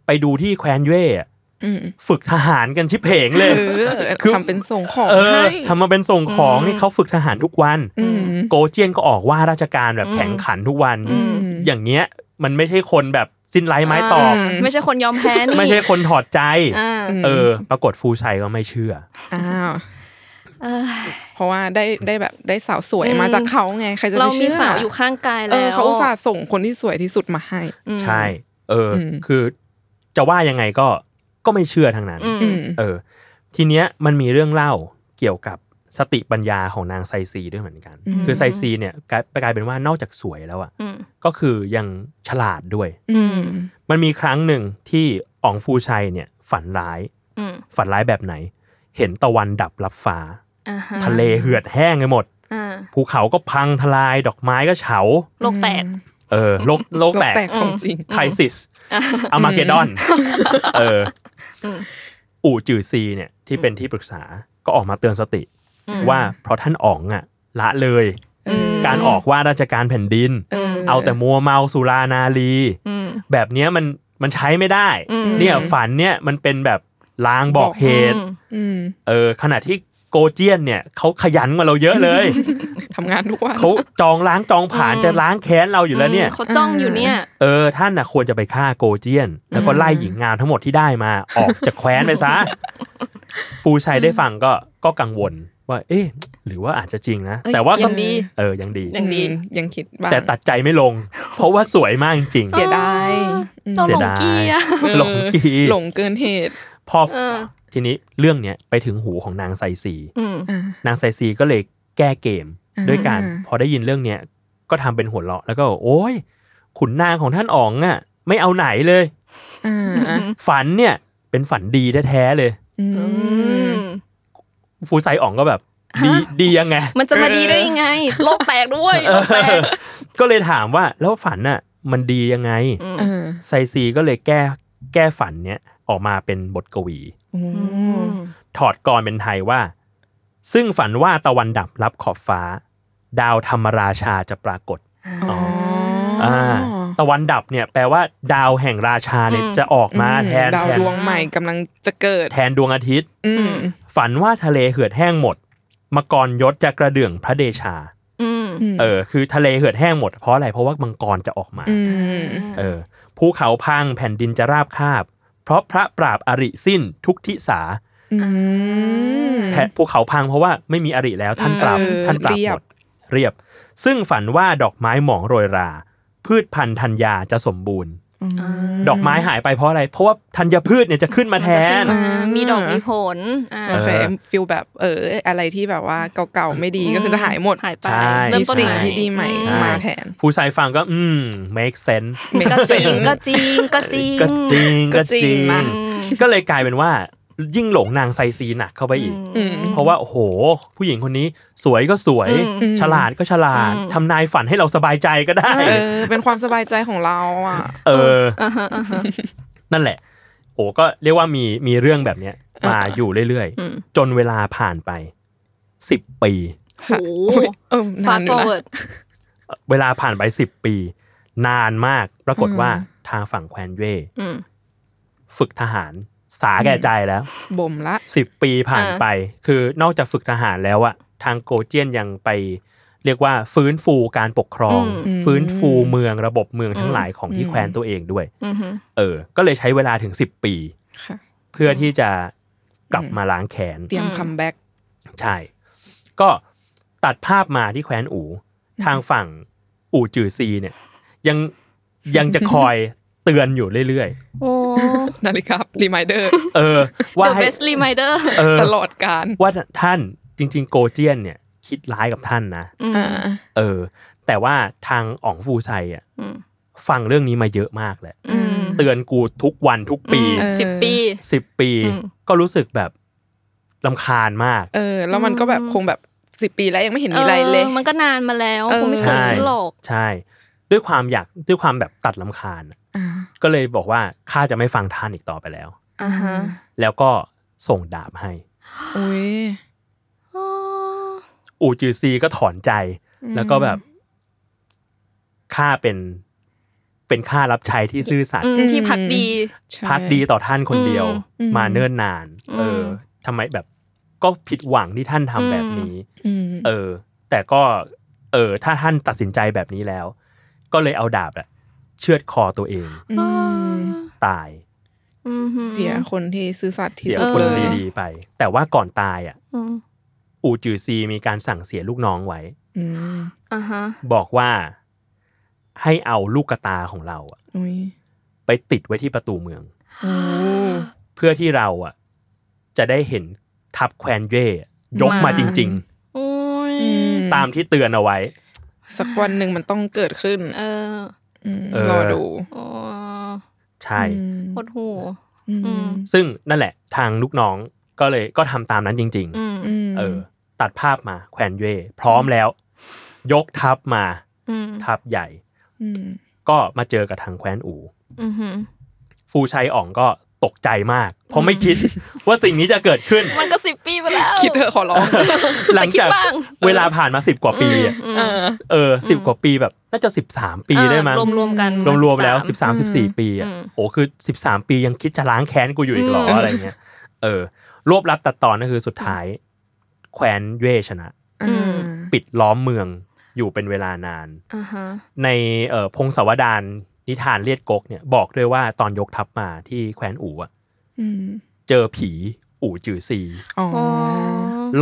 Speaker 2: ไปดูที่แคว้นเย่อะ
Speaker 3: ม
Speaker 2: ฝึกทหารกันชิบเพงเลย
Speaker 3: เออ
Speaker 2: คือ
Speaker 3: ทำเป็นส่งของ
Speaker 2: เออ
Speaker 3: ให้
Speaker 2: ทำมาเป็นส่งของนี่เขาฝึกทหารทุกวัน
Speaker 3: อืม
Speaker 2: โกเจียนก็ออกว่าราชการแบบแข่งขันทุกวัน
Speaker 4: อืม
Speaker 2: อย่างเงี้ยมันไม่ใช่คนแบบสิ้นไร้ไม้ตอก
Speaker 4: าไม่ใช่คนยอมแพ้นี่
Speaker 2: ไม่ใช่คนถอดใจ
Speaker 4: อ่า
Speaker 2: เออ ปรากฏฟูชัยก็ไม่เชื่อ
Speaker 3: อ้าว
Speaker 4: เออ
Speaker 3: เพราะว่าได้ได้แบบได้สาวสวย
Speaker 4: อืม
Speaker 3: มาจากเขาไง ใครจะ
Speaker 4: เรา
Speaker 3: ไป
Speaker 4: มี
Speaker 3: เชื่อ
Speaker 4: สาวอยู่ข้างกาย
Speaker 3: เอ
Speaker 4: แล้
Speaker 3: อ
Speaker 4: ว
Speaker 3: เขาอุตส่าห์ส่งคนที่สวยที่สุดมาให้
Speaker 4: อืม
Speaker 2: ใช่ เอออ
Speaker 3: ม
Speaker 2: คือจะว่ายังไงก็ก็ไม่เชื่อทั้งนั้น
Speaker 4: อืม
Speaker 3: อืม
Speaker 2: เออ ทีเนี้ยมันมีเรื่องเล่าเกี่ยวกับสติปัญญาของนางไซซีด้วยเหมือนกัน คือไซซีเนี่ยกลายไปกลายเป็นว่านอกจากสวยแล้วอะ
Speaker 4: อืม
Speaker 2: ก็คือยังฉลาดด้วย
Speaker 3: อืม
Speaker 2: มันมีครั้งหนึ่งที่อองฟูชัยเนี่ยฝันร้าย
Speaker 4: อืม
Speaker 2: ฝันร้ายแบบไหน เห็นตะวันดับรับฟ้า
Speaker 4: อ่าฮะ
Speaker 2: ทะเลเหือดแห้งไปหมด
Speaker 4: อ่า
Speaker 2: ภูเขาก็พังทลายดอกไม้ก็เฉา
Speaker 4: โลกแตก
Speaker 2: เออโลกโลก
Speaker 3: โลก
Speaker 2: แตก
Speaker 3: แตกของจริง
Speaker 2: ไครซิสอามาเกดอนเอออ
Speaker 4: ม
Speaker 2: อู่จือซีเนี่ยที่เป็นที่ปรึกษาก็ออกมาเตือนสติ
Speaker 4: อืม
Speaker 2: ว่าเพราะท่านอ๋องอ่ะ ละเลย
Speaker 3: อืม
Speaker 2: การออกว่าราชการแผ่นดิน
Speaker 3: เออ
Speaker 2: เอาแต่มัวเมาสุรานารี
Speaker 4: อืม
Speaker 2: แบบเนี้ยมันมันใช้ไม่ได้
Speaker 4: อืม
Speaker 2: เนี่ยฝันเนี่ยมันเป็นแบบลางบอกเหตุ
Speaker 4: อืม
Speaker 3: อืม
Speaker 2: เออขณะที่โกเจียนเนี่ยเขาขยันกว่าเราเยอะเลย
Speaker 3: ทำงานทุกวัน
Speaker 2: เขาจองล้างจองผ่านจะล้างแค้นเราอยู่แล้วเนี่ย
Speaker 4: เขาจ้องอยู่เนี่ย
Speaker 2: เออท่านน่ะควรจะไปฆ่าโกเจียน แล้วก็ไล่หญิงงามทั้งหมดที่ได้มา ออกจากแคว้นไป ซะ ฟูชัยได้ฟังก็ก็กังวลว่า เอ๊ะ หรือว่าอาจจะจริงนะ
Speaker 4: เอ้ย
Speaker 2: แต่ว่าก็
Speaker 4: ยังดี
Speaker 2: เออยังดี
Speaker 4: ยั งดี
Speaker 3: อืมยังคิดบ้าง
Speaker 2: แต่ตัดใจไม่ลง เพราะว่าสวยมากจริง
Speaker 3: เสียดายอืม
Speaker 4: เรา
Speaker 2: เสี
Speaker 4: ห
Speaker 2: ย
Speaker 4: ลง
Speaker 2: ดาย
Speaker 4: เกียร์
Speaker 3: เออ
Speaker 2: หลงกี
Speaker 3: หลงเกินเหตุ
Speaker 2: พอ
Speaker 4: เออ
Speaker 2: ทีนี้เรื่องเนี้ยไปถึงหูของนางไซซี
Speaker 4: อืม
Speaker 3: อ่า
Speaker 2: นางไซซีก็เลยแก้เกม
Speaker 3: อ่า
Speaker 2: ด้วยการพอได้ยินเรื่องเนี้ยก็ทำเป็นหัวเราะแล้วก็บอกโอ้ยขุนนางของท่านอ๋องอ่ะ ไม่เอาไหนเลย
Speaker 3: อ่า
Speaker 2: ฝันเนี่ยเป็นฝันดีแท้ๆเลย
Speaker 3: อื
Speaker 4: อื
Speaker 3: ม
Speaker 4: ม
Speaker 2: ฟูไซอ๋องก็แบบ ดี
Speaker 4: ฮะ
Speaker 2: ดียังไง
Speaker 4: มันจะมาดีได้ยังไง โลกแตกด้วยโลกแตก
Speaker 2: ก็เลยถามว่าแล้วฝันน่ะมันดียังไง
Speaker 4: ม
Speaker 3: เออ
Speaker 2: ไซซีก็เลยแก้แก้ฝันเนี้ยออกมาเป็นบทกวี
Speaker 3: โอ้
Speaker 4: อืม
Speaker 2: ถอดกรเป็นไทยว่า ซึ่งฝันว่าตะวันดับรับขอบฟ้า ดาวธรรมราชาจะปรากฏ
Speaker 3: อ๋อ
Speaker 2: อ่า ตะวันดับเนี่ยแปลว่า ดาวแห่งราชาเนี่ยจะออกมาแทน
Speaker 3: ดาว
Speaker 2: แทน
Speaker 3: ดวงใหม่กำลังจะเกิด
Speaker 2: แทนดวงอาทิตย์
Speaker 3: อืม
Speaker 2: ฝันว่าทะเลเหือดแห้งหมดมังกรยศจะกระเดื่องพระเดชา
Speaker 4: อืม
Speaker 2: เออ คือทะเลเหือดแห้งหมดเพราะอะไร เพราะว่ามังกรจะออกมา
Speaker 3: อืม
Speaker 2: เออ ภูเขาพังแผ่นดินจะราบคาบ เพราะพระปราบอริสิ้นทุกทิสา
Speaker 3: อืม
Speaker 2: แผ่นภูเขาพังเพราะว่าไม่มีอริแล้วท่านปราบ
Speaker 3: เออ
Speaker 2: ท่านปราบ
Speaker 3: เรีย
Speaker 2: ห
Speaker 3: บ
Speaker 2: มดเรียบ ซึ่งฝันว่าดอกไม้หมองโรยรา พืชพันธุ์ธัญญาจะสมบูรณ์ ดอกไม้หายไปเพราะอะไร เพราะว่าธัญพืชเนี่ยจะขึ้นมาแทน
Speaker 4: อ่ามีดอกมีผลอ่า
Speaker 3: โอเค
Speaker 2: เออ
Speaker 3: ฟิลแบบเออ อะไรที่แบบว่าเก่าๆไม่ดีก็คือจะหายหมด
Speaker 4: หายไป
Speaker 2: ใช่
Speaker 4: เริ่
Speaker 3: มี
Speaker 4: มต้น
Speaker 3: สิ่ง
Speaker 4: ใหม่
Speaker 3: ที่ดีใหม่
Speaker 2: ใช่
Speaker 3: มาแทน
Speaker 2: ผู้ชายฟังก็ อืม make sense
Speaker 4: ก็จริงก็จริงก็จริง
Speaker 2: ก็จริง
Speaker 3: ก็
Speaker 2: ก็จ
Speaker 3: จริง
Speaker 2: ริง
Speaker 3: นะ
Speaker 4: อืม
Speaker 2: ก็เลยกลายเป็นว่า ยิ่งหลงนางไซซีหนักเข้าไปอีก
Speaker 3: อืม
Speaker 2: เพราะว่าโอ้โห ผู้หญิงคนนี้สวยก็สวย
Speaker 4: อืม
Speaker 3: อืม
Speaker 2: ฉลาดก็ฉลาด
Speaker 4: อืม
Speaker 2: ทำนายฝันให้เราสบายใจก็ได้
Speaker 3: เออ เป็นความสบายใจของเราอ่ะ
Speaker 2: เออ
Speaker 4: อ่าฮะอ่าฮะ
Speaker 2: นั่นแหละ โอ้ก็เรียกว่ามีมีเรื่องแบบเนี้ยมาอยู่เรื่อย
Speaker 4: อืม
Speaker 2: ๆ จนเวลาผ่านไปสิบปี
Speaker 4: โอ้โห
Speaker 3: เออ
Speaker 4: ฟาน
Speaker 3: านอ
Speaker 4: สต์ฟ
Speaker 3: ยู่
Speaker 4: อร์เวิ
Speaker 3: นะ
Speaker 4: ร์ด
Speaker 2: เวลาผ่านไปสิบปี นานมากปรากฏว่า
Speaker 3: อืม
Speaker 2: ทางฝั่งแควนเย่
Speaker 4: อืม
Speaker 2: ฝึกทหาร สาแก่ใจแล้ว
Speaker 3: บ่มละ
Speaker 2: สิบปีผ่าน
Speaker 4: อ่า
Speaker 2: ไป คือนอกจากฝึกทหารแล้วอะทางโกเจียนยังไป เรียกว่าฟื้นฟูการปกครอง
Speaker 3: อืม
Speaker 2: ฟื้นฟูเมืองระบบเมืองทั้งหลายของที่แคว้นตัวเองด้วย
Speaker 4: อืมฮึ
Speaker 2: เออ ก็เลยใช้เวลาถึงสิบปี
Speaker 3: ค่ะ
Speaker 2: เพื่อที่จะกลับมาล้างแขน
Speaker 3: เตรียมคัมแบ็ก
Speaker 2: ใช่ ก็ตัดภาพมาที่แคว้นอู่ ทางฝั่งอู่จือซีเนี่ย ยังยังจะคอยเตือนอยู่เรื่อย
Speaker 4: โอ้
Speaker 3: นาฬิการีมายเดอร์
Speaker 2: ๆ เออ ว่า
Speaker 4: The
Speaker 2: ให้
Speaker 4: best reminder
Speaker 2: เออ
Speaker 3: ตลอดการ
Speaker 2: ว่าท่านจริง ๆ โกเจียนเนี่ย คิดร้ายกับท่านนะ
Speaker 4: อืม
Speaker 3: อ่า
Speaker 2: เออ แต่ว่าทางอ๋องฟูไซอ่ะ
Speaker 4: อืม
Speaker 2: ฟังเรื่องนี้มาเยอะมากแหละ
Speaker 4: อืม
Speaker 2: เตือนกูทุกวันทุกปี
Speaker 3: เออ
Speaker 4: สิบปี
Speaker 2: สิบปี
Speaker 4: อืม
Speaker 2: ก็รู้สึกแบบลำคาญมาก
Speaker 3: เออ แล้วมันก็แบบคงแบบสิบปีแล้วยังไม่เห็นมีอะไรเลย
Speaker 4: ออมันก็นานมาแล้ว
Speaker 3: เออ
Speaker 4: คงไม่เกิด
Speaker 2: ใช่
Speaker 4: ขึ้นหรอก
Speaker 2: ใช่ ด้วยความอยากด้วยความแบบตัดลำคาญ
Speaker 3: อ่า
Speaker 2: ก็เลยบอกว่าข้าจะไม่ฟังท่านอีกต่อไปแล้ว
Speaker 4: อ่าฮะ
Speaker 2: แล้วก็ส่งดาบให้
Speaker 3: อุ้ย
Speaker 4: อ๋อ
Speaker 2: อูจือซีก็ถอนใจ แล้วก็แบบข้าเป็นเป็นข้ารับใช้ที่ซื่อสัต
Speaker 4: อื
Speaker 2: ย์
Speaker 4: มที่พักดี
Speaker 3: ใช่
Speaker 2: พักดีต่อท่านคนเดียว
Speaker 3: อืม
Speaker 2: มาเนิ่นนาน
Speaker 4: อืม
Speaker 2: เออทำไมแบบก็ผิดหวังที่ท่านทำแบบนี้
Speaker 3: อืม
Speaker 2: เออ แต่ก็ เออ ถ้าท่านตัดสินใจแบบนี้แล้ว ก็เลยเอาดาบอะเชือดคอตัวเอง
Speaker 4: อ๋อ
Speaker 2: ตาย
Speaker 4: อืม
Speaker 3: เสียคนที่ซื่อสัตย์ที่
Speaker 2: เสีย
Speaker 3: สุด
Speaker 2: คน
Speaker 3: เลย
Speaker 2: ดีๆไป แต่ว่าก่อนตายอ่ะ
Speaker 4: อืม
Speaker 2: อูจือซีมีการสั่งเสียลูกน้องไว้
Speaker 3: อืม
Speaker 4: อ่าฮะ
Speaker 2: บอกว่าให้เอาลูกกระตาของเราอะ
Speaker 3: อุ้ย
Speaker 2: ไปติดไว้ที่ประตูเมือง
Speaker 3: โอ้
Speaker 2: เพื่อที่เราอ่ะจะได้เห็นทัพแควนเย่ยกมาจริง ๆ
Speaker 4: โอ้ย
Speaker 3: อืม
Speaker 2: ตามที่เตือนเอาไว้
Speaker 3: สักวันหนึ่งมันต้องเกิดขึ้น
Speaker 4: เออ
Speaker 3: ม
Speaker 2: เออ
Speaker 3: รอดู
Speaker 4: โอ้
Speaker 2: ใช่
Speaker 3: อืม
Speaker 4: โคตรหู
Speaker 3: อื
Speaker 4: อืม
Speaker 3: ม
Speaker 2: ซึ่งนั่นแหละทางลูกน้องก็เลยก็ทำตามนั้นจริง
Speaker 4: อืม
Speaker 3: อืม
Speaker 2: ๆ เออ ตัดภาพมาแควนเย่พร้อมแล้ว ยกทัพมา
Speaker 4: อืม
Speaker 2: ทัพใหญ่
Speaker 3: ม
Speaker 2: ก็มาเจอกับทางแควนอู
Speaker 4: อืมฮึ
Speaker 2: ฟูชัยอ่องก็ตกใจมาก เพราะไม่คิดว่าสิ่งนี้จะเกิดขึ้น
Speaker 4: มันก็สิบปีไปแล้ว
Speaker 3: คิดเถอะขอร้อง
Speaker 2: หลังจาก
Speaker 4: แต่คิดบ้าง
Speaker 2: เวลาผ่านมาสิบกว่าปีอะ
Speaker 4: อืม
Speaker 3: เอ
Speaker 4: อืม
Speaker 3: อ
Speaker 2: เออสิบกว่าปีแบบน่าจะสิบสามปีได้มั้ง
Speaker 4: รวมรวมๆกัน
Speaker 2: รวมๆแล้วสิบสามสิบสี่ปีอะ
Speaker 4: อืม
Speaker 2: โอ้คือสิบสามปียังคิดจะล้างแค้นกูอยู่อีกเหรออะไรเงี้ยเออ รวบรัดตัดตอนก็คือสุดท้าย แคว้นเวชนะ
Speaker 3: อ่า
Speaker 2: ปิดล้อมเมืองอยู่เป็นเวลานาน
Speaker 4: อ่าฮะ
Speaker 2: ในเอ่อพงศาวดารนิทานเลียดกกเนี่ย บอกด้วยว่าตอนยกทัพมาที่แคว้นอู่อะ
Speaker 3: อืม
Speaker 2: เจอผีอู่จือซี
Speaker 3: อ๋อ
Speaker 4: อ๋อ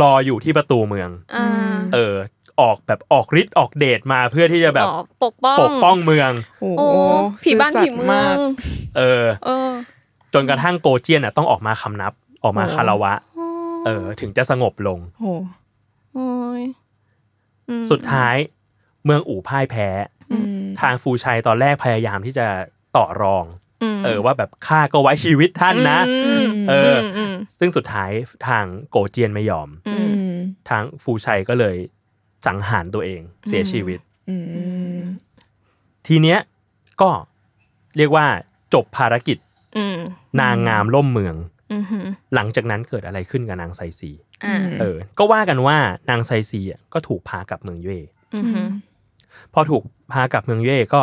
Speaker 2: รออยู่ที่ประตูเมือง
Speaker 4: อ่า
Speaker 2: เออ ออกแบบออกฤทธิ์ออกเดชมาเพื่อที่จะแบบ
Speaker 4: อ๋อปกป้อง
Speaker 2: ปกป้องเมือง
Speaker 3: โอ้
Speaker 4: โอ้ผีบ้าน
Speaker 3: ซื่อสัต
Speaker 4: ผี
Speaker 3: ย์
Speaker 4: เมือ
Speaker 3: มาก
Speaker 4: ง
Speaker 2: เออ
Speaker 4: เออ
Speaker 2: จนกระทั่งโกเจียนอ่ะต้องออกมาคำนับ ออกมา
Speaker 3: โอ้
Speaker 2: คารวะ เออ ถึงจะสงบลง
Speaker 3: โอ้
Speaker 4: โอ้ยอืม
Speaker 2: สุดท้ายเมืองอู่พ่ายแพ้
Speaker 3: อืม
Speaker 2: ทางฟูชัยตอนแรกพยายามที่จะต่อรอง
Speaker 4: ม
Speaker 2: เออ ว่าแบบข้าก็ไว้ชีวิตท่านนะ
Speaker 4: อืม
Speaker 2: เออ
Speaker 4: ม
Speaker 2: ซึ่งสุดท้ายทางโกเจียนไม่ยอม
Speaker 4: อื
Speaker 3: อื
Speaker 4: ม
Speaker 3: ม
Speaker 2: ทางฟูชัยก็เลยสังหารตัวเองเสียชีวิต
Speaker 3: อืม
Speaker 2: ทีเนี้ยก็เรียกว่าจบภารกิจ
Speaker 4: อืม
Speaker 2: นางงามล่มเมือง
Speaker 4: อืม อหือ
Speaker 2: หลังจากนั้นเกิดอะไรขึ้นกับนางไซซี
Speaker 4: อ่า
Speaker 3: อืม
Speaker 2: เออ ก็ว่ากันว่านางไซซีอ่ะก็ถูกพากลับเมืองเย่
Speaker 4: อื
Speaker 3: อื
Speaker 4: อหือ
Speaker 3: ม
Speaker 2: พอถูกพากลับเมืองเย่ก็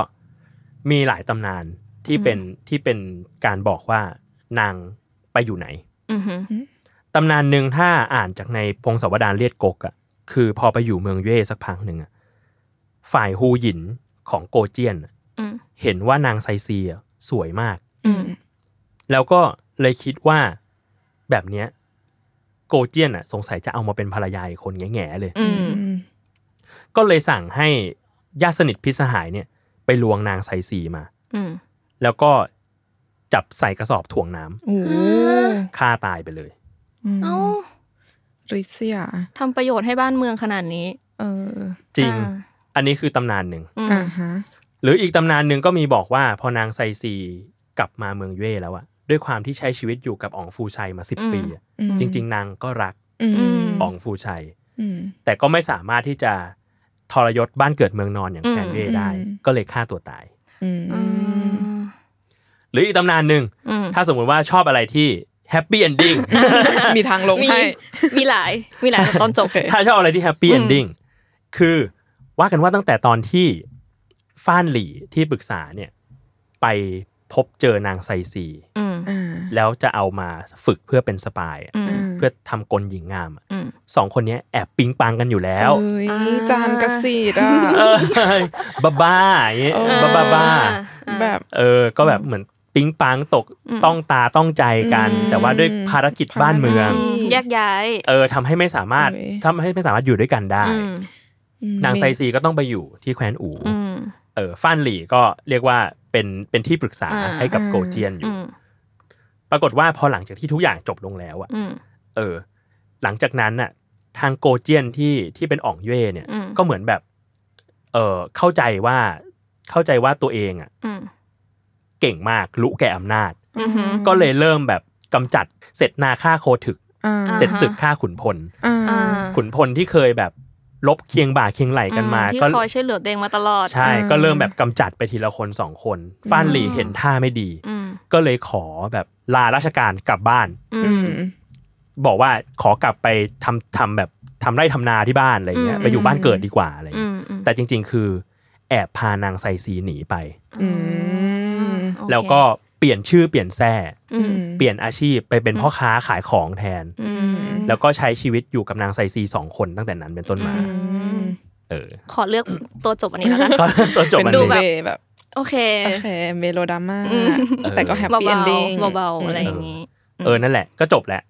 Speaker 2: มีหลายตำนานที่เป็นที่เป็นการบอกว่านางไปอยู่ไหน
Speaker 4: อือหือ
Speaker 2: ตำนานหนึ่งถ้าอ่านจากในพงศาวดารเลียดกกอ่ะคือพอไปอยู่เมืองเย่สักพักหนึ่งอ่ะฝ่ายฮูหยินของโกเจียนอะ
Speaker 4: อืม
Speaker 2: เห็นว่านางไซซีอ่ะสวยมาก
Speaker 4: อืม
Speaker 2: แล้วก็เลยคิดว่าแบบเนี้ยโกเจียนอ่ะสงสัยจะเอามาเป็นภรรยาอีกคนแง่ๆเลย
Speaker 4: อืม
Speaker 2: ก็เลยสั่งให้ญาติสนิทพิตรสหายเนี่ย ไปลวงนางไซซีมา
Speaker 4: อืม
Speaker 2: แล้วก็จับใส่กระสอบถ่วงน้ำ
Speaker 3: โอ้
Speaker 4: อ่า
Speaker 2: ฆ่าตายไปเลย
Speaker 4: เอ้า
Speaker 3: ริษยา
Speaker 4: ทำประโยชน์ให้บ้านเมืองขนาดนี้
Speaker 3: เออ
Speaker 2: จริง
Speaker 4: อ่า
Speaker 2: อันนี้คือตำนานหนึ่ง
Speaker 4: อืม
Speaker 3: อ่าฮะ
Speaker 2: หรืออีกตำนานหนึ่งก็มีบอกว่าพอนางไซซีกลับมาเมืองเย่แล้วอะด้วยความที่ใช้ชีวิตอยู่กับอองฟูชัยมาสิบปีอะ
Speaker 3: อืม
Speaker 2: จริง ๆ นางก็รัก
Speaker 3: อืม
Speaker 2: อองฟูชัย
Speaker 3: อืม
Speaker 2: แต่ก็ไม่สามารถที่จะทรยศบ้านเกิดเมืองนอนอย่างแคนเย่ได้
Speaker 3: อืม
Speaker 2: ก็เลยฆ่าตัวตาย
Speaker 3: อืม
Speaker 4: อืม
Speaker 2: หรืออีกตำนานหนึ่ง
Speaker 4: อืม
Speaker 2: ถ้าสมมุติว่าชอบอะไรที่แฮปปี้เอนดิ้ง
Speaker 3: มีทางลง
Speaker 4: มี
Speaker 3: ให้
Speaker 4: มีหลายมีหลายตอนจบ
Speaker 3: โอเค
Speaker 2: ถ้าชอบอะไรที่แฮปปี้
Speaker 4: อืม
Speaker 2: เอนดิ้งคือว่ากันว่าตั้งแต่ตอนที่ฟ้านหลี่ที่ปรึกษาเนี่ยไปพบเจอนางไซซี
Speaker 4: อืม
Speaker 3: อ่า
Speaker 2: แล้วจะเอามาฝึกเพื่อเป็นสปายอะ
Speaker 4: อืม
Speaker 3: า
Speaker 2: เพื่อทำกลหญิงงามอะ
Speaker 4: อืม
Speaker 2: สองคนเนี้ยแอบปิงปังกันอยู่แล้ว
Speaker 3: เอ้ย
Speaker 4: อ่า
Speaker 3: จานกระสีดอ่ะ
Speaker 2: บ้าบ้าๆอย่างเงี้ย
Speaker 3: เออ
Speaker 2: บ้าบ้าบ้า
Speaker 4: อ่า
Speaker 3: แบบ
Speaker 2: ๆเออ ก็แบบเหมือนปิงปังตก
Speaker 4: อืม
Speaker 2: ต้องตาต้องใจกัน
Speaker 3: อืม
Speaker 2: แต่ว่าด้วยภารกิจบ้านเมือง
Speaker 3: ภารกิจ
Speaker 4: แยกย้าย
Speaker 2: เออทำให้ไม่สามารถ
Speaker 3: โอ้ย
Speaker 2: ทำให้ไม่สามารถอยู่ด้วยกันได้
Speaker 4: อืม
Speaker 2: นางไซซีก็ต้องไปอยู่ที่แคว้นอู่
Speaker 4: อืม
Speaker 2: เออฟ้านหลี่ก็เรียกว่าเป็นเป็นที่ปรึกษา
Speaker 4: อ่า
Speaker 2: ให้กับ
Speaker 3: อ่า
Speaker 2: โกเจียนอ
Speaker 4: อื
Speaker 2: ยู่
Speaker 4: ม
Speaker 2: ปรากฏว่าพอหลังจากที่ทุกอย่างจบลงแล้วอะ
Speaker 4: อืม
Speaker 2: เออ หลังจากนั้นน่ะ ทางโกเจียนที่ที่เป็นอ่องเย่เนี่ย
Speaker 4: อืม
Speaker 2: ก็เหมือนแบบ เออเข้าใจว่าเข้าใจว่าตัวเองอ่ะ
Speaker 4: อืม
Speaker 2: เก่งมากรู้แก่อำนาจ
Speaker 4: อือหือ
Speaker 2: ก็เลยเริ่มแบบกำจัดเสร็จนาฆ่าโคถึก
Speaker 3: อ่า
Speaker 4: ฮะ
Speaker 2: เสร็จศึกฆ่าขุนพล
Speaker 3: อ่า
Speaker 4: อ่า
Speaker 2: ขุนพลที่เคยแบบลบเคียงบ่าเคียงไหลกันมา
Speaker 4: อืที่
Speaker 2: ก็
Speaker 4: คอยช่วยเหลือตัวเองมาตลอด
Speaker 2: ใช่ก็เริ่มแบบกำจัดไปทีละคนสองคนฟ้านหลีเห็นท่าไม่ดี
Speaker 4: อืม
Speaker 2: ก็เลยขอแบบลาราชการกลับบ้าน
Speaker 4: อื
Speaker 3: อื
Speaker 4: ม
Speaker 3: ม
Speaker 2: บอกว่าขอกลับไปทำทำแบบทำไร่ทำนาที่บ้านอะไรเงี้ย
Speaker 4: อืม
Speaker 2: ไปอยู่บ้านเกิดดีกว่าอะไร
Speaker 4: อื
Speaker 2: เงี้ย
Speaker 4: มอืม
Speaker 2: แต่จริง ๆ คือแอบพานางไซซีหนีไป
Speaker 3: อืม
Speaker 4: โอเค
Speaker 2: แล้วก็เปลี่ยนชื่อเปลี่ยนแทร่
Speaker 4: อืม
Speaker 2: เปลี่ยนอาชีพไปเป็นพ่อค้าขายของแทน
Speaker 4: อืม
Speaker 2: แล้วก็ใช้ชีวิตอยู่กับนางไซซีสองคนตั้งแต่นั้นเป็นต้นมา
Speaker 3: อืม
Speaker 2: เอ อ
Speaker 4: ขอเลือกตัวจบอันนี้แล้วกัน
Speaker 2: ก็ ตอนจบ
Speaker 3: เป็น
Speaker 2: มัน
Speaker 3: ดู
Speaker 2: นี้
Speaker 3: เวย์แบบ
Speaker 4: โอเค
Speaker 3: โอเคเมโลดราม่า
Speaker 4: อืม
Speaker 3: แต่ก็แฮปปี้เอน
Speaker 4: เบา
Speaker 3: ดิ้ง
Speaker 4: ๆเบาๆอะไรอย่างนี้
Speaker 2: เออนั่นแหละก็จบแหละ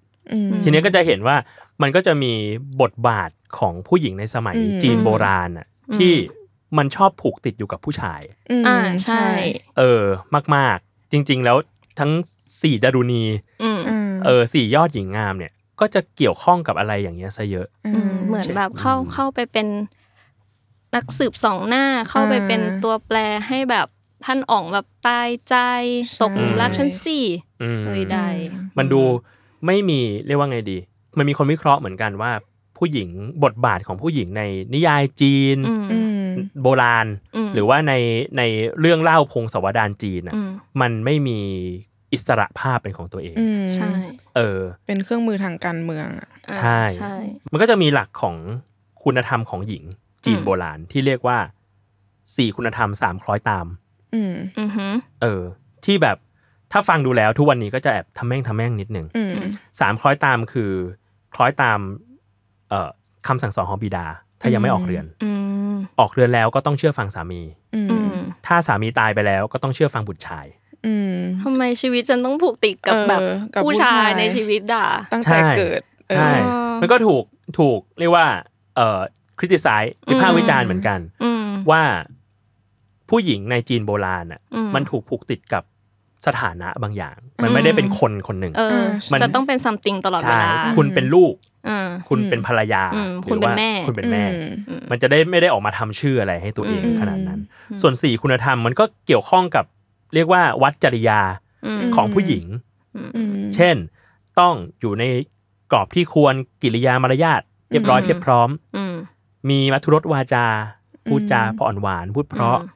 Speaker 3: ม
Speaker 2: ทีนี้ก็จะเห็นว่ามันก็จะมีบทบาทของผู้หญิงในสมัย
Speaker 3: อืม
Speaker 2: จีนโบราณอ่ะ
Speaker 4: อืม
Speaker 2: ที่มันชอบผูกติดอยู่กับผู้ชาย
Speaker 3: ม
Speaker 4: อ่าใช่
Speaker 2: เออมาก ๆ จริง ๆ แล้วทั้งสี่ดารุณี
Speaker 4: อืม
Speaker 3: อ่า
Speaker 2: เออสี่ยอดหญิงงามเนี่ย ก็จะเกี่ยวข้องกับอะไรอย่างเงี้ยซะเยอะ
Speaker 3: า
Speaker 4: อืมเหมือนแบบเข้า
Speaker 2: อืม
Speaker 4: เข้าไปเป็นนักสืบสองหน้าเข้าไปเป็นตัวแปรให้แบบท่านอ่องแบบตายใจ
Speaker 3: ใช่
Speaker 4: ตกหลุมรักฉันสี่
Speaker 2: อืม
Speaker 4: เอ้ยได้
Speaker 2: มันดูไม่มีเรียกว่าไงดี มันมีคนวิเคราะห์เหมือนกันว่า ผู้หญิงบทบาทของผู้หญิงในนิยายจีน
Speaker 4: อืม
Speaker 3: อืม
Speaker 2: โบราณ
Speaker 4: อืม
Speaker 2: หรือว่าในในเรื่องเล่าพงศาวดารจีนน่ะ
Speaker 4: อืม
Speaker 2: มันไม่มีอิสระภาพเป็นของตัวเอง
Speaker 3: อืม
Speaker 4: ใช่
Speaker 2: เออ
Speaker 3: เป็นเครื่องมือทางการเมืองอะ
Speaker 4: อ่า
Speaker 2: ใช่
Speaker 4: ใช่
Speaker 2: มันก็จะมีหลักของคุณธรรมของหญิงจีน
Speaker 4: อืม
Speaker 2: โบราณที่เรียกว่าสี่คุณธรรมสามคล้อยตาม
Speaker 3: อืม
Speaker 4: อือหือ
Speaker 2: เออ ที่แบบถ้าฟังดูแล้วทุกวันนี้ก็จะแอบทำแม่งทำแม่งนิดหนึ่ง
Speaker 3: อืม
Speaker 2: สามคล้อยตามคือคล้อยตามเอ่อคำสั่งสอนของบิดา ถ้ายังไม่ออกเรือน
Speaker 4: อืม
Speaker 2: ออกเรือนแล้วก็ต้องเชื่อฟังสามี
Speaker 3: อืม
Speaker 4: อืม
Speaker 2: ถ้าสามีตายไปแล้วก็ต้องเชื่อฟังบุตรชาย
Speaker 3: อืม
Speaker 4: ทำไมชีวิตฉันต้องผูกติดกับแบบ
Speaker 3: เออกับ
Speaker 4: ผู้
Speaker 3: ผู้
Speaker 4: ชาย
Speaker 3: ชาย
Speaker 4: ในชีวิตด่า
Speaker 3: ตั้งแต่
Speaker 2: ใช่
Speaker 3: เกิดเออ
Speaker 2: ใช่มันก็ถูกถูกเรียกว่าเอ่อคริติไซส์วิพากษ์วิจารณ์เหมือนกัน
Speaker 4: อืม
Speaker 2: ว่าผู้หญิงในจีนโบราณน่ะ
Speaker 4: อืม
Speaker 2: มันถูกผูกติดกับสถานะบางอย่าง มันไม่ได้เป็นคนคนหนึ่ง
Speaker 4: เออ
Speaker 2: มัน
Speaker 4: จะต้องเป็นซัมติงตลอดเว
Speaker 2: ใช่
Speaker 4: ลา
Speaker 2: คุณเป็นลูก
Speaker 4: อ่า
Speaker 2: คุณ
Speaker 3: อืม
Speaker 2: เป็นภรรยา
Speaker 4: อืม
Speaker 2: ห
Speaker 4: คุณ
Speaker 2: รือ
Speaker 4: เป็น
Speaker 2: ว่า
Speaker 4: แม่
Speaker 2: คุณเป็นแม่
Speaker 3: อืม
Speaker 4: อืม
Speaker 2: มันจะได้ไม่ได้ออกมาทำชื่ออะไรให้ตัวเอง
Speaker 4: อืม
Speaker 2: ขนาดนั้น
Speaker 4: อืม
Speaker 2: ส่วนสี่คุณธรรมมันก็เกี่ยวข้องกับเรียกว่าวัดจริยา
Speaker 4: อืม
Speaker 2: ของผู้หญิง
Speaker 4: อืม
Speaker 3: อืม
Speaker 2: เช่น ต้องอยู่ในกรอบที่ควรกิริยามารยาทเรียบร้อย
Speaker 4: อืม
Speaker 2: เพียบพร้อม
Speaker 4: อืม
Speaker 2: มีมัธุรสวาจา พูดจา
Speaker 3: อืม
Speaker 2: พออ่อนหวาน พูดเพราะ
Speaker 4: อืม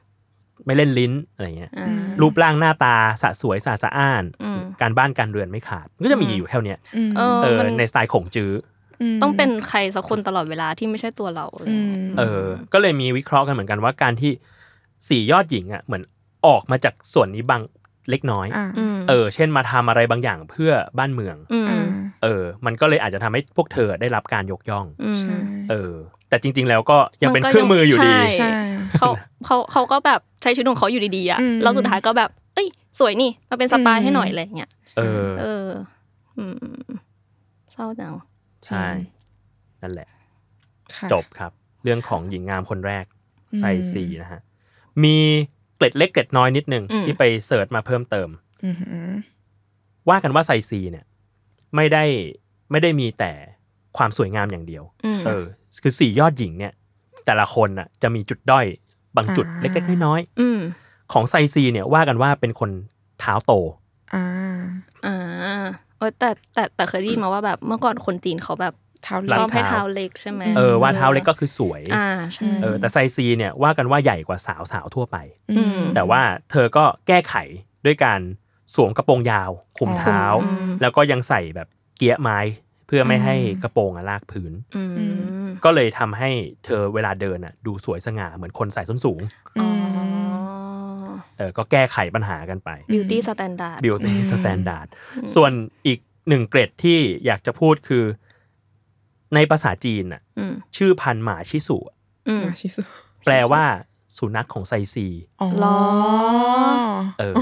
Speaker 2: ไม่เล่นลิ้นอะไรเงี้ย
Speaker 4: อ่า
Speaker 2: รูปร่างหน้าตาสะสวยสะสะอ้าน
Speaker 4: อืม
Speaker 2: การบ้านการเรือนไม่ขาดมันก็จะมีอยู่แค่เนี้ย
Speaker 3: อืม
Speaker 4: เออ
Speaker 2: เออ
Speaker 4: มัน
Speaker 2: ในสไตล์ของจื้อ
Speaker 3: ม
Speaker 4: ต้องเป็นใครสักคนตลอดเวลาที่ไม่ใช่ตัวเราอะไร
Speaker 3: อื
Speaker 4: เงี้ย
Speaker 3: ม
Speaker 2: อเออ ก็เลยมีวิเคราะห์กันเหมือนกันว่าการที่สี่ยอดหญิงอ่ะเหมือนออกมาจากส่วนนี้บางเล็กน้อย
Speaker 3: อ่า
Speaker 4: ม
Speaker 2: เออ เช่นมาทำอะไรบางอย่างเพื่อบ้านเมือง
Speaker 4: อืม
Speaker 3: อ่า
Speaker 2: เออ มันก็เลยอาจจะทำให้พวกเธอได้รับการยกย่อง
Speaker 4: อืม
Speaker 3: ใช่
Speaker 2: เออ แต่จริง ๆ แล้วก็ยังเป็น
Speaker 4: มันก็
Speaker 2: เครื่องมืออยู่ดี
Speaker 4: ยังใช่
Speaker 3: ใช่
Speaker 4: เขาเขาเขาก็แบบใช้ชีวิตของเขาอยู่ดีๆอ่ะ
Speaker 3: อืม
Speaker 4: แล้วสุดท้ายก็แบบ เอ้ย สวยนี่มาเป็นสปาย
Speaker 3: อืม
Speaker 4: ให้หน่อยอะไรเงี้ย
Speaker 2: เออ
Speaker 4: เออ อืมเศร้าจัง
Speaker 2: ใช่นั่นแหละ
Speaker 3: ค่ะ
Speaker 2: จบครับ เรื่องของหญิงงามคนแรก
Speaker 3: อืม
Speaker 2: ไซซีนะฮะ มีเกล็ดเล็กเกล็ดน้อยนิดนึง ที่ไปเสิร์ชมาเพิ่มเติม
Speaker 3: อือหือ
Speaker 2: ว่ากันว่าไซซีเนี่ยไม่ได้ไม่ได้มีแต่ความสวยงามอย่างเดียว
Speaker 4: อืม
Speaker 2: เออ คือสี่ยอดหญิงเนี่ย แต่ละคนน่ะจะมีจุดด้อยบางจุดเล็กๆน้อย
Speaker 4: อืม
Speaker 2: ๆของไซซีเนี่ยว่ากันว่าเป็นคนเท้าโต
Speaker 3: อ่า
Speaker 4: อ่าเออแต่แต่แต่เคยได้ยินมาว่าแบบเมื่อก่อนคนจีนเขาแบบ
Speaker 3: เท้า
Speaker 2: หลั
Speaker 3: เล็
Speaker 4: ช
Speaker 2: ง
Speaker 4: อบ
Speaker 3: ก
Speaker 4: ให้เท้าเล็กใช่ไหม
Speaker 2: เออว่าเท้าเล็กก็คือสวย
Speaker 4: อ่าใช่
Speaker 3: อืม
Speaker 2: เออแต่ไซซีเนี่ยว่ากันว่าใหญ่กว่าสาวสาวๆทั่วไป
Speaker 3: อืม
Speaker 2: แต่ว่าเธอก็แก้ไขด้วยการสวมกระโปรงยาวคลุม
Speaker 3: อ๋อ
Speaker 2: เท้า
Speaker 4: อืม
Speaker 2: แล้วก็ยังใส่แบบเกียร์ไม้ เพื่อไม่ให้กระโปรงอะลากพื้น
Speaker 4: อืม
Speaker 2: ก็เลยทำให้เธอเวลาเดินอ่ะดูสวยสง่าเหมือนคนใส่ส้นสูง
Speaker 3: อื
Speaker 4: อ๋อ
Speaker 3: ม
Speaker 2: เออก็แก้ไขปัญหากันไป
Speaker 4: beauty standard
Speaker 2: beauty
Speaker 3: อืม
Speaker 2: standard ส่วนอีกหนึ่งเกรดที่อยากจะพูดคือ ในภาษาจีนอ่ะ
Speaker 4: อืม
Speaker 2: ชื่อพันธุ์หมาชิสุ
Speaker 4: อืม
Speaker 3: มาชิสุ
Speaker 2: แปลว่าสุนัขของไซซี
Speaker 3: อ๋อ
Speaker 4: หรอ
Speaker 2: เออ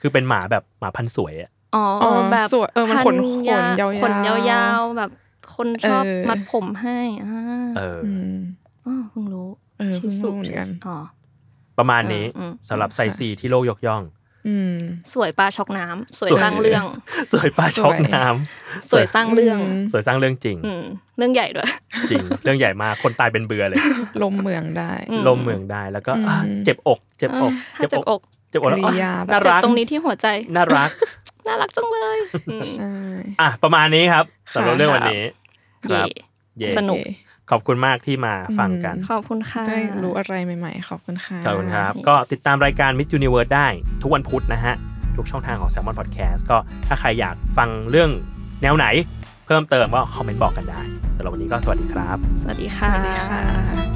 Speaker 2: คือเป็นหมาแบบหมาพันธุ์สวยอ่ะ
Speaker 4: อ๋อ
Speaker 3: อ๋อ
Speaker 4: แบบ
Speaker 3: สวยเออมันขน
Speaker 4: พั
Speaker 3: ขนยาวๆ
Speaker 4: ขนยาวๆ แบบคนชอบ
Speaker 3: เออ
Speaker 4: มัดผมให้อ่า
Speaker 2: เอออ
Speaker 3: อืม
Speaker 4: อ๋อเพิ่งรู้
Speaker 3: เออเพิ่ง
Speaker 4: สุ
Speaker 3: รู้เหมือนกัน
Speaker 4: อ๋อ
Speaker 2: ประมาณนี้
Speaker 4: อืมอืม
Speaker 2: สำหรับไซซีที่โลกยกย่อง
Speaker 3: อืม
Speaker 4: สวยปลาช็อกน้ำสวย
Speaker 2: สวย
Speaker 4: สร้างเรื่อง
Speaker 2: สวยปลาช็อกน้ำ
Speaker 4: สวยสร้างเรื่อง
Speaker 3: อืม
Speaker 2: สวยสร้างเรื่องจริง
Speaker 4: อืม เรื่องใหญ่ด้วย
Speaker 2: จริง เรื่องใหญ่มากคนตายเป็นเบือเลย
Speaker 3: ลมเมืองได้
Speaker 4: อืม
Speaker 2: ลมเมืองได้แล้วก็อ่ะ
Speaker 3: อืม
Speaker 2: เจ็บอก เจ็บอก
Speaker 4: ถ้าเจ็บอก
Speaker 2: เจ็บอกแล้ว
Speaker 3: กริยาแบบ
Speaker 2: น่า
Speaker 4: เจ็บ
Speaker 2: รัก
Speaker 4: ตรงนี้ที่หัวใจ
Speaker 2: น่ารัก
Speaker 4: น่ารักจังเลยอืม
Speaker 3: ใช่
Speaker 2: อ่ะประมาณนี้ครับสำหรับ
Speaker 3: ค่ะ
Speaker 2: เรื่องวันนี้ ครับ
Speaker 4: เย่
Speaker 2: เย่
Speaker 4: สนุก
Speaker 3: โอเค
Speaker 2: ขอบคุณมากที่มาฟังกัน
Speaker 3: อืม
Speaker 4: ขอบคุณค่ะ
Speaker 3: ได้รู้อะไรใหม่ๆ ขอบคุณค่ะ
Speaker 2: ขอบคุณครับ ก็ติดตามรายการ Mid Universe ได้ทุกวันพุธนะฮะ ทุกช่องทางของ Salmon Podcast ก็ถ้าใครอยากฟังเรื่องแนวไหน เพิ่มเติมก็คอมเมนต์บอกกันได้สำหรับวันนี้ก็สวัสดีครับ
Speaker 4: สวัสดี
Speaker 3: ส
Speaker 4: ค่ะ
Speaker 3: วัสดีค่ะ